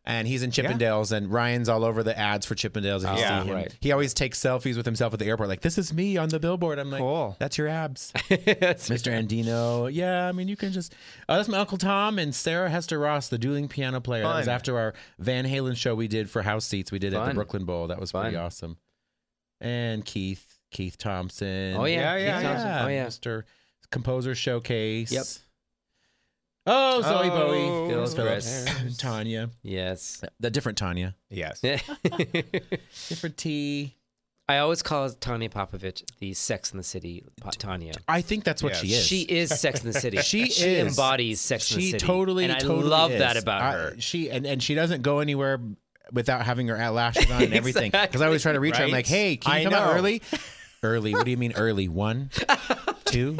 [SPEAKER 1] and he's in Chippendales, and Ryan's all over the ads for Chippendales. If you
[SPEAKER 2] Yeah.
[SPEAKER 1] see him,
[SPEAKER 3] Ah, Right.
[SPEAKER 1] he always takes selfies with himself at the airport, like this is me on the billboard. I'm like,
[SPEAKER 2] Cool.
[SPEAKER 1] that's your abs,
[SPEAKER 3] That's-
[SPEAKER 1] Mr. Andino. Yeah, I mean you can just. Oh, that's my uncle Tom and Sarah Hester Ross, the dueling piano player. That was
[SPEAKER 2] Fun.
[SPEAKER 1] after our Van Halen show we did for house seats. We did at the
[SPEAKER 3] Fun.
[SPEAKER 1] Brooklyn Bowl. That was pretty
[SPEAKER 3] Fun.
[SPEAKER 1] awesome. And Keith, Keith Thompson.
[SPEAKER 3] Oh
[SPEAKER 2] Yeah,
[SPEAKER 3] yeah, Keith
[SPEAKER 2] yeah,
[SPEAKER 3] Thompson.
[SPEAKER 1] Yeah,
[SPEAKER 3] Oh yeah.
[SPEAKER 1] Mr. Composer Showcase.
[SPEAKER 3] Yep.
[SPEAKER 1] Oh, Zoe
[SPEAKER 2] Oh,
[SPEAKER 1] Bowie. Phyllis
[SPEAKER 3] Phil
[SPEAKER 1] Phillips.
[SPEAKER 2] Chris.
[SPEAKER 1] Tanya.
[SPEAKER 3] Yes.
[SPEAKER 1] The different Tanya.
[SPEAKER 2] yes.
[SPEAKER 1] Different T.
[SPEAKER 3] I always call Tanya Popovich the Sex in the City Pa- Tanya.
[SPEAKER 1] I think that's what she
[SPEAKER 2] Yes.
[SPEAKER 1] is.
[SPEAKER 3] She is Sex in the City.
[SPEAKER 1] She
[SPEAKER 3] she
[SPEAKER 1] is.
[SPEAKER 3] embodies Sex in the
[SPEAKER 1] she
[SPEAKER 3] City.
[SPEAKER 1] totally,
[SPEAKER 3] and I
[SPEAKER 1] totally
[SPEAKER 3] love
[SPEAKER 1] is.
[SPEAKER 3] that about
[SPEAKER 1] I-
[SPEAKER 3] her.
[SPEAKER 1] She and, and she doesn't go anywhere without having her lashes on and everything. Because I always try to reach her. I'm
[SPEAKER 2] Right.
[SPEAKER 1] like, hey, can you
[SPEAKER 2] I
[SPEAKER 1] come out
[SPEAKER 2] know.
[SPEAKER 1] early? early. What do you mean early? One, two.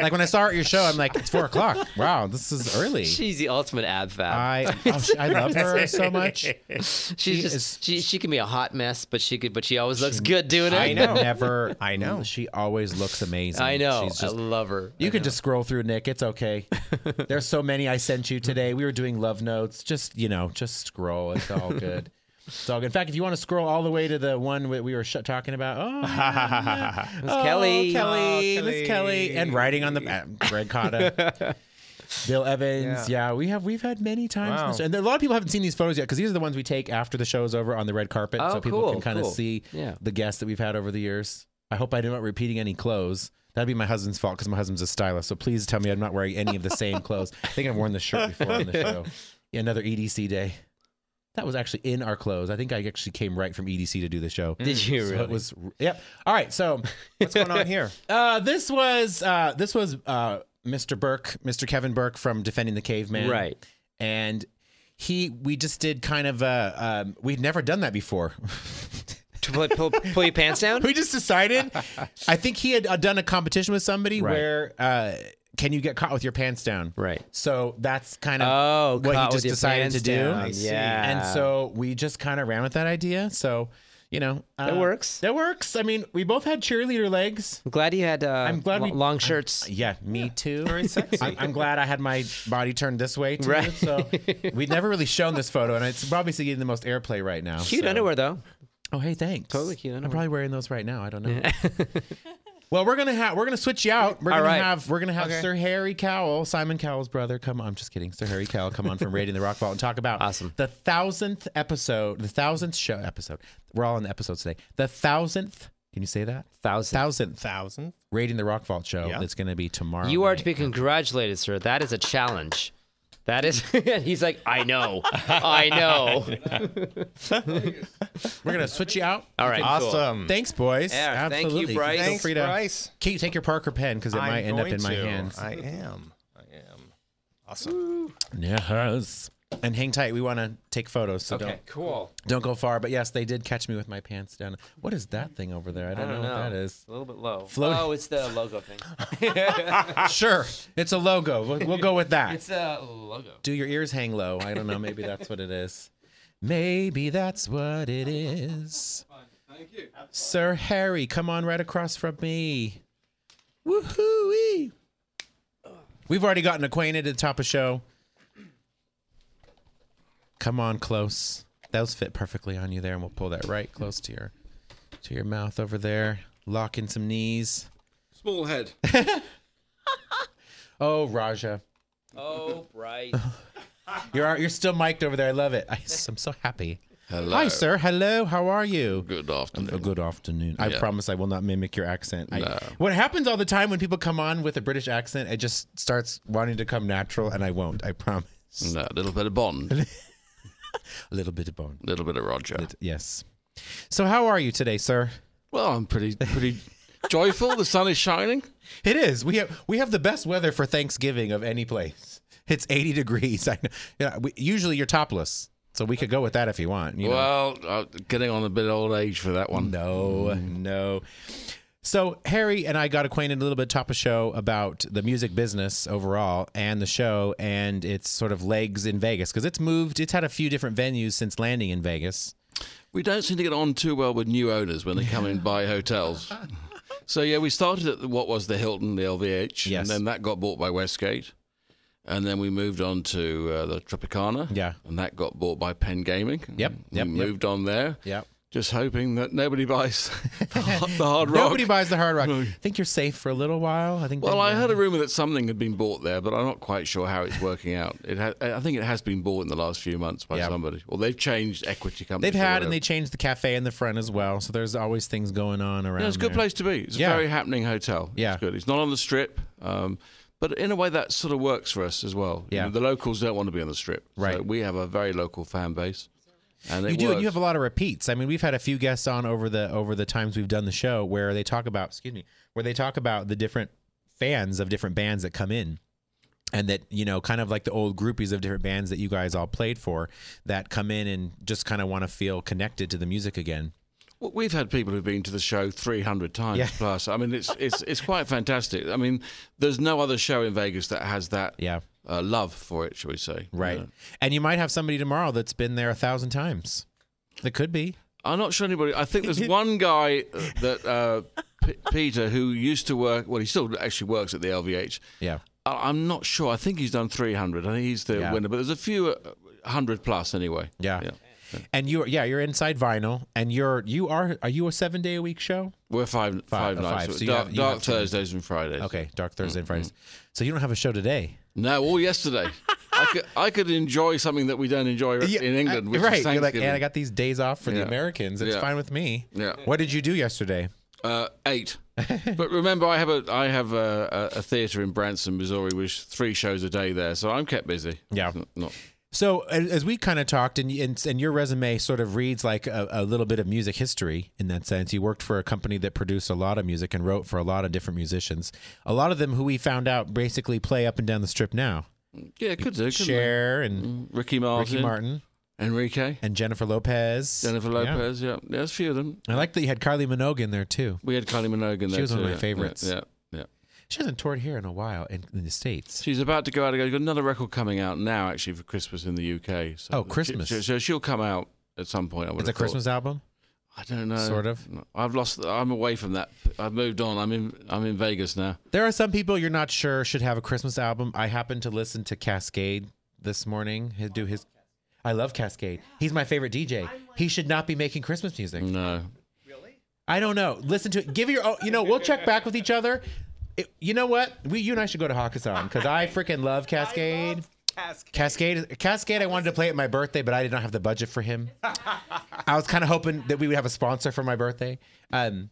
[SPEAKER 1] like when I saw her at your show, I'm like, it's four o'clock. Wow, this is early.
[SPEAKER 3] She's the ultimate ab fab.
[SPEAKER 1] I oh, she- I love her so much.
[SPEAKER 3] She's
[SPEAKER 1] she
[SPEAKER 3] just
[SPEAKER 1] is-
[SPEAKER 3] she she can be a hot mess, but she could but she always looks good doing it.
[SPEAKER 2] I know.
[SPEAKER 1] Never.
[SPEAKER 2] I know.
[SPEAKER 1] She always looks amazing.
[SPEAKER 3] I know.
[SPEAKER 1] She's
[SPEAKER 3] I
[SPEAKER 1] just,
[SPEAKER 3] love her.
[SPEAKER 1] you can just scroll through Nick. It's okay. There's so many I sent you today. We were doing love notes. Just you know, just scroll. It's all good. It's all good. In fact, if you want to scroll all the way to the one that we were sh- talking about, oh, yeah, yeah. Oh,
[SPEAKER 3] Kelly.
[SPEAKER 1] Kelly,
[SPEAKER 2] Oh,
[SPEAKER 1] Miss
[SPEAKER 2] Kelly.
[SPEAKER 1] Kelly, and riding on the uh, Greg Cotta, Bill Evans. Yeah. we have we've had many times,
[SPEAKER 2] Wow.
[SPEAKER 1] in the show. and a lot of people haven't seen these photos yet because these are the ones we take after the show is over on the red carpet,
[SPEAKER 3] Oh,
[SPEAKER 1] so people
[SPEAKER 3] cool,
[SPEAKER 1] can kind of
[SPEAKER 3] cool.
[SPEAKER 1] see
[SPEAKER 3] Yeah.
[SPEAKER 1] the guests that we've had over the years. I hope I'm not repeating any clothes. That'd be my husband's fault because my husband's a stylist. So please tell me I'm not wearing any of the same clothes. I think I've worn this shirt before on the show. Yeah, another EDC day. That was actually in our clothes. I think I actually came right from EDC to do the show.
[SPEAKER 3] Did you
[SPEAKER 1] So
[SPEAKER 3] really?
[SPEAKER 1] it was yep. All right, so
[SPEAKER 2] What's going on here?
[SPEAKER 1] uh, this was uh, this was uh, Mr. Burke, Mr. Kevin Burke from Defending the Caveman,
[SPEAKER 3] Right.
[SPEAKER 1] And he, we just did kind of a, um, we'd never done that before.
[SPEAKER 3] to pull, pull, pull your pants down.
[SPEAKER 1] we just decided. I think he had uh, done a competition with somebody where uh, can you get caught with your pants down?
[SPEAKER 3] Right.
[SPEAKER 1] So that's kind of
[SPEAKER 3] Oh,
[SPEAKER 1] what he
[SPEAKER 3] caught with
[SPEAKER 1] just
[SPEAKER 3] your
[SPEAKER 1] decided
[SPEAKER 3] pants
[SPEAKER 1] to do.
[SPEAKER 3] down.
[SPEAKER 2] I see.
[SPEAKER 3] Yeah.
[SPEAKER 1] And so we just kind of ran with that idea. So, you know, uh,
[SPEAKER 3] That works.
[SPEAKER 1] That works. I mean, we both had cheerleader legs.
[SPEAKER 3] I'm glad you had uh, I'm
[SPEAKER 1] glad we-
[SPEAKER 3] long shirts.
[SPEAKER 1] Yeah, me too. Very sexy. I'm, I'm glad I had my body turned this way too.
[SPEAKER 3] Right.
[SPEAKER 1] So we've never really shown this photo, and it's obviously getting the most airplay right now.
[SPEAKER 3] Cute
[SPEAKER 1] so-
[SPEAKER 3] underwear though.
[SPEAKER 1] Oh, hey, thanks.
[SPEAKER 3] Totally cute
[SPEAKER 1] I'm
[SPEAKER 3] underwear.
[SPEAKER 1] probably wearing those right now. I don't know. well, we're gonna have we're gonna switch you out. We're
[SPEAKER 3] All
[SPEAKER 1] gonna
[SPEAKER 3] right.
[SPEAKER 1] have we're gonna have Sir Harry Cowell, Simon Cowell's brother. Come on, I'm just kidding. Sir Harry Cowell, come on from Raiding the Rock Vault and talk about
[SPEAKER 3] Awesome.
[SPEAKER 1] the thousandth episode, the thousandth show episode. We're all in the episodes today. The thousandth. Can you say that?
[SPEAKER 3] Thousand.
[SPEAKER 1] Thousandth
[SPEAKER 2] Thousand.
[SPEAKER 1] Raiding the Rock Vault show
[SPEAKER 2] Yeah.
[SPEAKER 1] that's going to be tomorrow.
[SPEAKER 3] You are to
[SPEAKER 1] night.
[SPEAKER 3] be congratulated, sir. That is a challenge. That is. and he's like, I know, I know.
[SPEAKER 1] We're gonna switch you out.
[SPEAKER 3] All right, cool.
[SPEAKER 2] Awesome.
[SPEAKER 1] Thanks, boys.
[SPEAKER 3] Yeah, thank you,
[SPEAKER 1] Absolutely.
[SPEAKER 3] Bryce.
[SPEAKER 1] Feel
[SPEAKER 2] Thanks,
[SPEAKER 1] free to
[SPEAKER 2] Bryce.
[SPEAKER 1] Can you take your Parker pen because it
[SPEAKER 2] I'm
[SPEAKER 1] might end up
[SPEAKER 2] going
[SPEAKER 1] in my
[SPEAKER 2] to.
[SPEAKER 1] hands.
[SPEAKER 2] I am. I am. Awesome.
[SPEAKER 1] Yes. And hang tight. We want to take photos, so
[SPEAKER 3] Okay,
[SPEAKER 1] don't
[SPEAKER 3] cool.
[SPEAKER 1] don't go far. But yes, they did catch me with my pants down. What is that thing over there? I don't,
[SPEAKER 3] I don't
[SPEAKER 1] know,
[SPEAKER 3] know.
[SPEAKER 1] what that is.
[SPEAKER 3] A little bit low.
[SPEAKER 1] Float-
[SPEAKER 3] Oh, it's the logo thing.
[SPEAKER 1] sure, it's a logo. We'll, we'll go with that.
[SPEAKER 3] Ah, It's a logo.
[SPEAKER 1] Do your ears hang low? I don't know. Maybe that's what it is. Maybe that's what it is.
[SPEAKER 4] Thank you.
[SPEAKER 1] Sir Harry, come on right across from me. Woohoo! We've already gotten acquainted at the top of show. Come on close. Those fit perfectly on you there, and we'll pull that right close to your to your mouth over there. Lock in some knees.
[SPEAKER 4] Small head.
[SPEAKER 1] Oh, Raja,
[SPEAKER 3] Oh, Bryce.
[SPEAKER 1] you're you're still mic'd over there. I love it. I, am so happy.
[SPEAKER 5] Hello.
[SPEAKER 1] Hi, sir. Hello. How are you?
[SPEAKER 5] Good afternoon.
[SPEAKER 1] Oh, good afternoon. I
[SPEAKER 5] Yeah.
[SPEAKER 1] promise I will not mimic your accent. I-
[SPEAKER 5] No.
[SPEAKER 1] what happens all the time when people come on with a British accent, it just starts wanting to come natural, and I won't. I promise.
[SPEAKER 5] No, little bit of Bond,
[SPEAKER 1] A little bit of bone.
[SPEAKER 5] little bit of Roger.
[SPEAKER 1] Yes. So, how are you today, sir?
[SPEAKER 5] Well, I'm pretty pretty joyful. The sun is shining.
[SPEAKER 1] It is. We have we have the best weather for Thanksgiving of any place. It's 80 degrees. I know. Yeah, we, usually you're topless, so we could go with that if you want. You know?
[SPEAKER 5] Well, uh, getting on a bit old age for that one.
[SPEAKER 1] No,
[SPEAKER 5] Mm.
[SPEAKER 1] no. So Harry and I got acquainted a little bit top of show about the music business overall and the show and its sort of legs in Vegas because it's moved. It's had a few different venues since landing in Vegas.
[SPEAKER 5] We don't seem to get on too well with new owners when they come in and buy hotels. So yeah, we started at the, what was the Hilton, the LVH,
[SPEAKER 1] Yes.
[SPEAKER 5] and then that got bought by Westgate, and then we moved on to uh, the Tropicana,
[SPEAKER 1] Yeah.
[SPEAKER 5] and that got bought by Penn Gaming.
[SPEAKER 1] Yep,
[SPEAKER 5] we
[SPEAKER 1] yep, yep.
[SPEAKER 5] moved on there.
[SPEAKER 1] Yep.
[SPEAKER 5] just hoping that nobody buys the Hard, the hard Rock.
[SPEAKER 1] Nobody buys the Hard Rock. I think you're safe for a little while. I think.
[SPEAKER 5] Well,
[SPEAKER 1] they-
[SPEAKER 5] I heard a rumor that something had been bought there, but I'm not quite sure how it's working out. It ha- I think it has been bought in the last few months by
[SPEAKER 1] Yeah.
[SPEAKER 5] somebody, or they've changed equity companies.
[SPEAKER 1] They've
[SPEAKER 5] or
[SPEAKER 1] had and they
[SPEAKER 5] whatever.
[SPEAKER 1] changed the cafe in the front as well. So there's always things going on around.
[SPEAKER 5] Yeah, it's a good
[SPEAKER 1] there.
[SPEAKER 5] place to be. It's
[SPEAKER 1] Yeah.
[SPEAKER 5] a very happening hotel.
[SPEAKER 1] Yeah.
[SPEAKER 5] it's good. It's not on the strip, um, but in a way that sort of works for us as well. You
[SPEAKER 1] Yeah.
[SPEAKER 5] know, the locals don't want to be on the strip, So
[SPEAKER 1] Right.
[SPEAKER 5] we have a very local fan base, and it
[SPEAKER 1] You do, and you
[SPEAKER 5] works.
[SPEAKER 1] have a lot of repeats. I mean, we've had a few guests on over the over the times we've done the show where they talk about, excuse me, where they talk about the different fans of different bands that come in. And that you know, kind of like the old groupies of different bands that you guys all played for, that come in and just kind of want to feel connected to the music again.
[SPEAKER 5] Well, We've had people who've been to the show 300 times
[SPEAKER 1] Yeah.
[SPEAKER 5] plus. I mean, it's it's it's quite fantastic. I mean, there's no other show in Vegas that has that
[SPEAKER 1] Yeah.
[SPEAKER 5] uh, love for it, shall we say?
[SPEAKER 1] Right.
[SPEAKER 5] Yeah.
[SPEAKER 1] And you might have somebody tomorrow that's been there a thousand times. That could be.
[SPEAKER 5] I'm not sure anybody. I think there's one guy uh, that uh, P- Peter who used to work. Well, he still actually works at the LVH.
[SPEAKER 1] Yeah.
[SPEAKER 5] I- I'm not sure. I think he's done 300. I think he's the
[SPEAKER 1] Yeah.
[SPEAKER 5] winner, but there's a few uh, hundred plus anyway.
[SPEAKER 1] Yeah. And you're yeah, you're inside vinyl and you're you are are you a seven day a week show?
[SPEAKER 5] We're five
[SPEAKER 1] Five-
[SPEAKER 5] five
[SPEAKER 1] uh,
[SPEAKER 5] nights.
[SPEAKER 1] five. So you
[SPEAKER 5] dark
[SPEAKER 1] have- you
[SPEAKER 5] dark
[SPEAKER 1] have to-
[SPEAKER 5] Thursdays and Fridays.
[SPEAKER 1] Okay, Dark Thursday
[SPEAKER 5] Mm-hmm.
[SPEAKER 1] and Fridays. So you don't have a show today.
[SPEAKER 5] No, all yesterday. I could I could enjoy something that we don't enjoy in England,
[SPEAKER 1] I-
[SPEAKER 5] which
[SPEAKER 1] uh, right?
[SPEAKER 5] is
[SPEAKER 1] You're like,
[SPEAKER 5] Thanksgiving.
[SPEAKER 1] and I got these days off for the
[SPEAKER 5] Yeah.
[SPEAKER 1] Americans. It's
[SPEAKER 5] Yeah.
[SPEAKER 1] fine with me.
[SPEAKER 5] Yeah.
[SPEAKER 1] What did you do yesterday?
[SPEAKER 5] Uh, eight. but remember, I have a I have a, a, a theatre in Branson, Missouri, which three shows a day there, so I'm kept busy.
[SPEAKER 1] Yeah.
[SPEAKER 5] It's not- not-
[SPEAKER 1] So as as we kind of talked, and, and and your resume sort of reads like a, a little bit of music history in that sense. You worked for a company that produced a lot of music and wrote for a lot of different musicians. A lot of them who we found out basically play up and down the strip now.
[SPEAKER 5] yeah, could do. couldn't
[SPEAKER 1] Cher
[SPEAKER 5] they?
[SPEAKER 1] and
[SPEAKER 5] Mm, Ricky Martin,
[SPEAKER 1] Ricky Martin
[SPEAKER 5] Enrique,
[SPEAKER 1] and Jennifer Lopez.
[SPEAKER 5] Jennifer
[SPEAKER 1] Yeah.
[SPEAKER 5] Lopez. Yeah. yeah, there's a few of them.
[SPEAKER 1] I like that you had Carly Minogue in there too.
[SPEAKER 5] We had Kylie Minogue in there.
[SPEAKER 1] was one of
[SPEAKER 5] too,
[SPEAKER 1] my
[SPEAKER 5] yeah,
[SPEAKER 1] favorites.
[SPEAKER 5] Yeah, yeah. yeah.
[SPEAKER 1] She hasn't toured here in a while in, in the states.
[SPEAKER 5] She's about to go out. Again. She's got another record coming out now, actually, for Christmas in the UK. So
[SPEAKER 1] Oh, Christmas.
[SPEAKER 5] She, she, she'll come out at some point. I would
[SPEAKER 1] it's a
[SPEAKER 5] have thought.
[SPEAKER 1] Christmas album.
[SPEAKER 5] I don't know.
[SPEAKER 1] Sort of.
[SPEAKER 5] I've lost. I'm away from that. I've moved on. I'm in. I'm in Vegas now.
[SPEAKER 1] There are some people you're not sure should have a Christmas album. I happened to listen to Cascade this morning. He'll do his. I love Cascade. He's my favorite DJ. He should not be making Christmas music.
[SPEAKER 5] No.
[SPEAKER 1] I don't know. Listen to it. Give your. Oh, you know, we'll check back with each other. It- you know what? We you and I should go to Hakkasan because I freaking love Cascade. Cascade, Cascade. I wanted to play at my birthday, but I did not have the budget for him. I was kind of hoping that we would have a sponsor for my birthday. Um,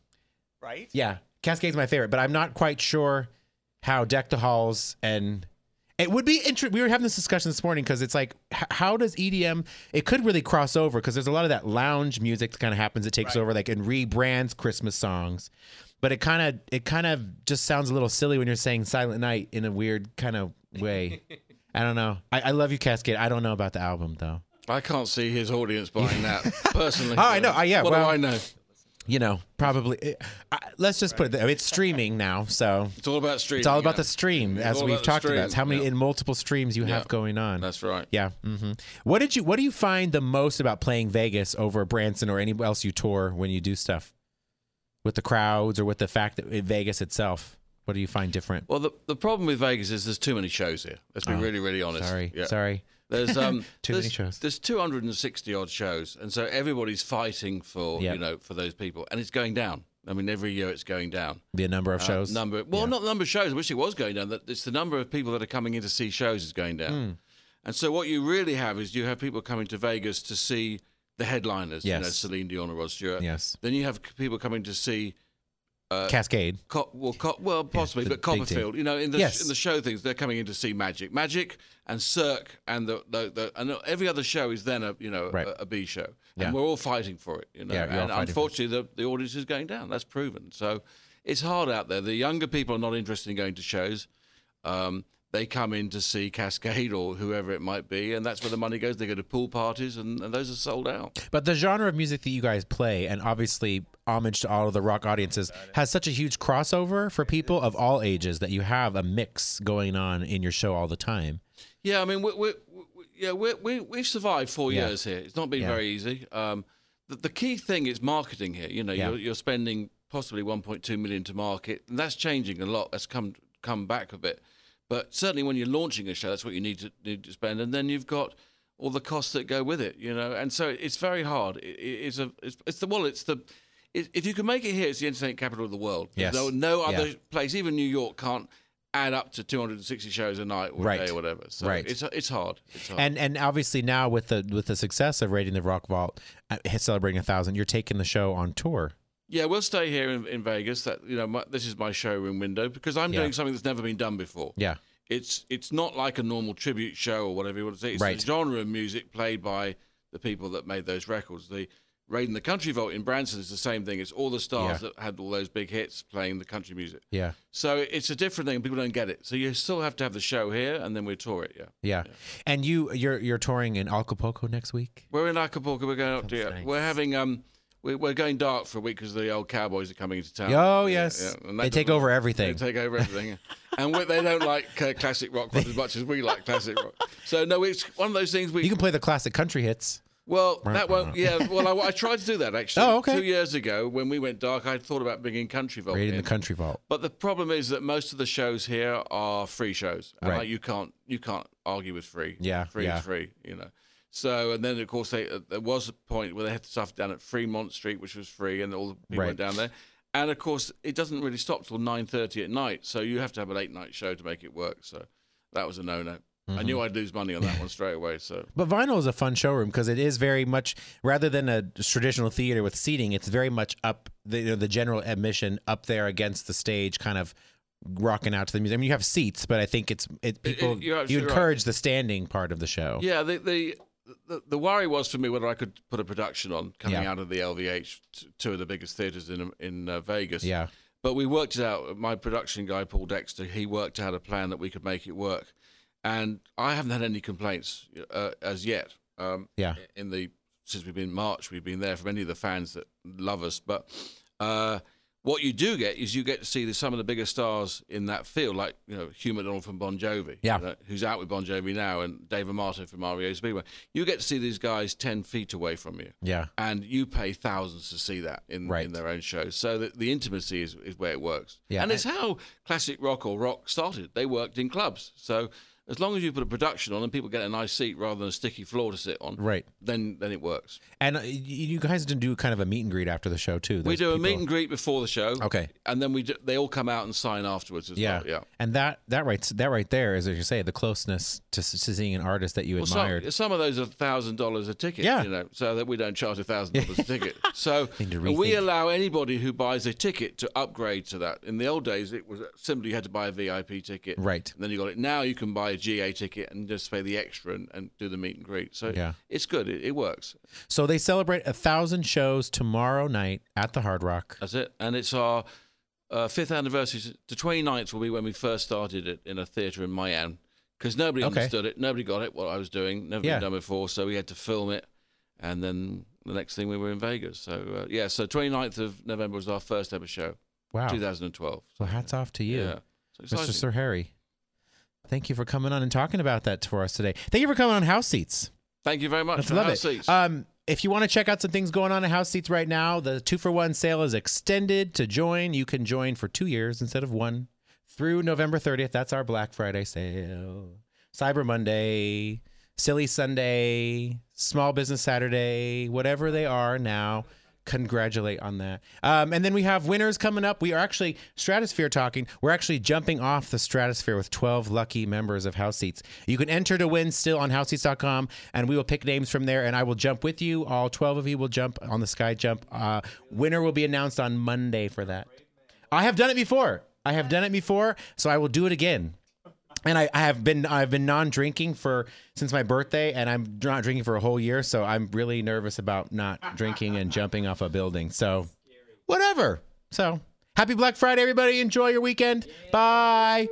[SPEAKER 2] Right?
[SPEAKER 1] yeah, Cascade's my favorite, but I'm not quite sure how Deck the Halls and it would be interesting. We were having this discussion this morning because it's like, h- how does EDM? It could really cross over because there's a lot of that lounge music that kind of happens. It takes over like and rebrands Christmas songs, but it kind of it kind of just sounds a little silly when you're saying Silent Night in a weird kind of way. I don't know. I, I love you, Cascade. I don't know about the album though.
[SPEAKER 5] I can't see his audience buying that personally.
[SPEAKER 1] Oh, I know. Oh, yeah,
[SPEAKER 5] What
[SPEAKER 1] well-
[SPEAKER 5] do I know?
[SPEAKER 1] You know, probably. It, I, let's just put it. there. It's streaming now, so
[SPEAKER 5] It's all about streaming.
[SPEAKER 1] It's all about
[SPEAKER 5] yeah.
[SPEAKER 1] the stream,
[SPEAKER 5] It's
[SPEAKER 1] as
[SPEAKER 5] all
[SPEAKER 1] we've
[SPEAKER 5] about the
[SPEAKER 1] talked about.
[SPEAKER 5] stream,
[SPEAKER 1] It's how many
[SPEAKER 5] yeah.
[SPEAKER 1] in multiple streams you have
[SPEAKER 5] Yeah.
[SPEAKER 1] going on.
[SPEAKER 5] That's right.
[SPEAKER 1] yeah. hmm What did you What do you find the most about playing Vegas over Branson or anywhere else you tour when you do stuff with the crowds or with the fact that in Vegas itself? What do you find different?
[SPEAKER 5] Well, the, the problem with Vegas is there's too many shows here. Let's be really, really honest.
[SPEAKER 1] Ah, Sorry,
[SPEAKER 5] Yeah.
[SPEAKER 1] sorry.
[SPEAKER 5] There's um,
[SPEAKER 1] Too
[SPEAKER 5] there's,
[SPEAKER 1] many shows.
[SPEAKER 5] There's 260 odd shows, and so everybody's fighting for
[SPEAKER 1] Yeah.
[SPEAKER 5] you know for those people, and it's going down. I mean, every year it's going down.
[SPEAKER 1] The number
[SPEAKER 5] Uh,
[SPEAKER 1] of shows.
[SPEAKER 5] Number well, not the number of shows. I wish it was going down. That it's the number of people that are coming in to see shows is going down.
[SPEAKER 1] Hmm.
[SPEAKER 5] And so what you really have is you have people coming to Vegas to see the headliners. You know,
[SPEAKER 1] Yes.
[SPEAKER 5] Celine Dion or Rod Stewart.
[SPEAKER 1] Yes.
[SPEAKER 5] Then you have c- people coming to see
[SPEAKER 1] Cascade.
[SPEAKER 5] Cop, well, cop, well, possibly,
[SPEAKER 1] the big
[SPEAKER 5] but
[SPEAKER 1] deal.
[SPEAKER 5] Copperfield. You know, in the
[SPEAKER 1] Yes.
[SPEAKER 5] in the show things, they're coming in to see Magic, Magic, and Cirque, and the, the, the and every other show is then a you know
[SPEAKER 1] Right.
[SPEAKER 5] a, a B show,
[SPEAKER 1] Yeah.
[SPEAKER 5] and we're all fighting for it. You know,
[SPEAKER 1] Yeah, you're all
[SPEAKER 5] and
[SPEAKER 1] fighting for it.
[SPEAKER 5] unfortunately, the, the audience is going down. That's proven. So it's hard out there. The younger people are not interested in going to shows. Um, they come in to see Cascade or whoever it might be, and that's where the money goes. They go to pool parties, and, and those are sold out.
[SPEAKER 1] But the genre of music that you guys play, and obviously homage to all of the rock audiences, has such a huge crossover for people of all ages that you have a mix going on in your show all the time.
[SPEAKER 5] Yeah, I mean, we, we, we, yeah, we, we, we've survived four
[SPEAKER 1] Yeah.
[SPEAKER 5] years here. It's not been
[SPEAKER 1] Yeah.
[SPEAKER 5] very easy. Um, the, the key thing is marketing here. You know,
[SPEAKER 1] Yeah.
[SPEAKER 5] you're, you're spending possibly 1.2 million to market, and that's changing a lot. That's come come back a bit, but certainly when you're launching a show, that's what you need to need to spend, and then you've got all the costs that go with it. You know, and so it's very hard. It, it- it's a it's, it's the well, it's the it, if you can make it here, it's the entertainment capital of the world.
[SPEAKER 1] Yes.
[SPEAKER 5] There's No, no
[SPEAKER 1] Yeah.
[SPEAKER 5] other place, even New York, can't add up to 260 shows a night or
[SPEAKER 1] Right.
[SPEAKER 5] a day or whatever. So
[SPEAKER 1] Right.
[SPEAKER 5] it's it's hard. It's hard.
[SPEAKER 1] And and obviously now with the with the success of rating the Rock Vault, uh, celebrating a thousand, you're taking the show on tour.
[SPEAKER 5] yeah, we'll stay here in, in Vegas. That you know, my, this is my showroom window because I'm
[SPEAKER 1] Yeah.
[SPEAKER 5] doing something that's never been done before.
[SPEAKER 1] Yeah,
[SPEAKER 5] It's it's not like a normal tribute show or whatever you want to say. It's
[SPEAKER 1] Right.
[SPEAKER 5] a genre of music played by the people that made those records. The Raiding the Country Vault in Branson is the same thing. It's all the stars
[SPEAKER 1] Yeah.
[SPEAKER 5] that had all those big hits playing the country music.
[SPEAKER 1] yeah.
[SPEAKER 5] So it's a different thing. People don't get it. So you still have to have the show here, and then we tour it. Yeah.
[SPEAKER 1] Yeah. And you you're you're touring in Acapulco next week.
[SPEAKER 5] We're in Acapulco. We're going up to.
[SPEAKER 1] nice.
[SPEAKER 5] We're having um, we, we're going dark for a week because the old cowboys are coming into town.
[SPEAKER 1] Oh
[SPEAKER 5] Yeah,
[SPEAKER 1] yes,
[SPEAKER 5] yeah, and that
[SPEAKER 1] they take
[SPEAKER 5] doesn't-
[SPEAKER 1] over
[SPEAKER 5] They
[SPEAKER 1] everything.
[SPEAKER 5] take over everything, and we, they don't like uh, classic rock quite as much as we like classic rock. So no, it's one of those things. We
[SPEAKER 1] you can play the classic country hits.
[SPEAKER 5] well, that won't. Yeah, well, I, I tried to do that actually.
[SPEAKER 1] Oh, okay.
[SPEAKER 5] Two years ago, when we went dark, I thought about bringing country vault.
[SPEAKER 1] Rating
[SPEAKER 5] in.
[SPEAKER 1] the country vault.
[SPEAKER 5] But the problem is that most of the shows here are free shows, and
[SPEAKER 1] Right.
[SPEAKER 5] like, you can't you can't argue with free.
[SPEAKER 1] Yeah,
[SPEAKER 5] free
[SPEAKER 1] yeah.
[SPEAKER 5] is free, you know. So and then of course they, uh, there was a point where they had stuff down at Fremont Street, which was free, and all the people
[SPEAKER 1] Right.
[SPEAKER 5] went down there. And of course, it doesn't really stop till nine thirty at night, so you have to have a late night show to make it work. So that was a no no.
[SPEAKER 1] Mm-hmm.
[SPEAKER 5] I knew I'd lose money on that one straight away. So
[SPEAKER 1] But vinyl is a fun showroom because it is very much rather than a traditional theater with seating, it's very much up the you know, the general admission up there against the stage, kind of rocking out to the music. I mean, you have seats, but I think it's it people
[SPEAKER 5] you're
[SPEAKER 1] you
[SPEAKER 5] absolutely right.
[SPEAKER 1] encourage the standing part of the show.
[SPEAKER 5] Yeah, the, the the the worry was for me whether I could put a production on coming
[SPEAKER 1] Yeah.
[SPEAKER 5] out of the LVH, t- two of the biggest theaters in in uh, Vegas.
[SPEAKER 1] Yeah.
[SPEAKER 5] But we worked it out. My production guy Paul Dexter, he worked out a plan that we could make it work, and I haven't had any complaints uh, as yet. Um,
[SPEAKER 1] Yeah.
[SPEAKER 5] In the since we've been in March, we've been there from any of the fans that love us. But uh, what you do get is you get to see the, some of the biggest stars in that field, like you know Hugh McDonald from Bon Jovi,
[SPEAKER 1] Yeah.
[SPEAKER 5] you know, who's out with Bon Jovi now, and Dave Amato from REO Speedway. You get to see these guys ten feet away from you
[SPEAKER 1] Yeah.
[SPEAKER 5] and you pay thousands to see that in,
[SPEAKER 1] Right.
[SPEAKER 5] in their own shows. So that the intimacy is, is where it works.
[SPEAKER 1] Yeah.
[SPEAKER 5] And it's how classic rock or rock started. They worked in clubs. So as long as you put a production on and people get a nice seat rather than a sticky floor to sit on,
[SPEAKER 1] Right.
[SPEAKER 5] then then it works.
[SPEAKER 1] And uh, y- you guys didn't do kind of a meet and greet after the show too.
[SPEAKER 5] we
[SPEAKER 1] Those
[SPEAKER 5] do a
[SPEAKER 1] people-
[SPEAKER 5] meet and greet before the show.
[SPEAKER 1] Okay.
[SPEAKER 5] And then we do, they all come out and sign afterwards as
[SPEAKER 1] Yeah.
[SPEAKER 5] well. Yeah.
[SPEAKER 1] And that that right that right there is as you say the closeness to, s- to seeing an artist that you
[SPEAKER 5] Well,
[SPEAKER 1] admired.
[SPEAKER 5] some, some of those are thousand dollars a ticket.
[SPEAKER 1] Yeah.
[SPEAKER 5] you know, so that we don't charge a thousand dollars a ticket. So uh,
[SPEAKER 1] Need to
[SPEAKER 5] we
[SPEAKER 1] rethink.
[SPEAKER 5] allow anybody who buys a ticket to upgrade to that. In the old days, it was simply you had to buy a VIP ticket,
[SPEAKER 1] Right.
[SPEAKER 5] And then you got it. Now you can buy a GA ticket and just pay the extra and, and do the meet and greet. So
[SPEAKER 1] Yeah.
[SPEAKER 5] it's good. It, it works.
[SPEAKER 1] so they celebrate a thousand shows tomorrow night at the Hard Rock.
[SPEAKER 5] That's it. And it's our uh, fifth anniversary. The 29th will be when we first started it in a theatre in Miami because nobody
[SPEAKER 1] Okay.
[SPEAKER 5] understood it. Nobody got it, what I was doing. Never
[SPEAKER 1] Yeah.
[SPEAKER 5] been done before. So we had to film it. And then the next thing we were in Vegas. So, uh, yeah, so 29th of November was our first ever show,
[SPEAKER 1] Wow.
[SPEAKER 5] 2012.
[SPEAKER 1] So hats off to you.
[SPEAKER 5] Yeah. So
[SPEAKER 1] Mr.
[SPEAKER 5] exciting.
[SPEAKER 1] Sir Harry. Thank you for coming on and talking about that for us today. Thank you for coming on House Seats.
[SPEAKER 5] Thank you very much.
[SPEAKER 1] Let's
[SPEAKER 5] for
[SPEAKER 1] love
[SPEAKER 5] our
[SPEAKER 1] it.
[SPEAKER 5] seats.
[SPEAKER 1] Um, if you want to check out some things going on at House Seats right now, the two for one sale is extended to join. You can join for two years instead of one through November 30th. That's our Black Friday sale, Cyber Monday, Silly Sunday, Small Business Saturday, whatever they are now. Congratulate on that. Um, and then we have winners coming up. We are actually stratosphere talking. We're actually jumping off the stratosphere with 12 lucky members of House Seats. You can enter to win still on houseseats.com, and we will pick names from there. And I will jump with you. All 12 of you will jump on the sky jump. Uh, winner will be announced on Monday for that. I have done it before. I have done it before, so I will do it again. And I, I have been I've been non-drinking for since my birthday, and I'm not drinking for a whole year. So I'm really nervous about not drinking and jumping off a building. So, whatever. So happy Black Friday, everybody! Enjoy your weekend. Bye.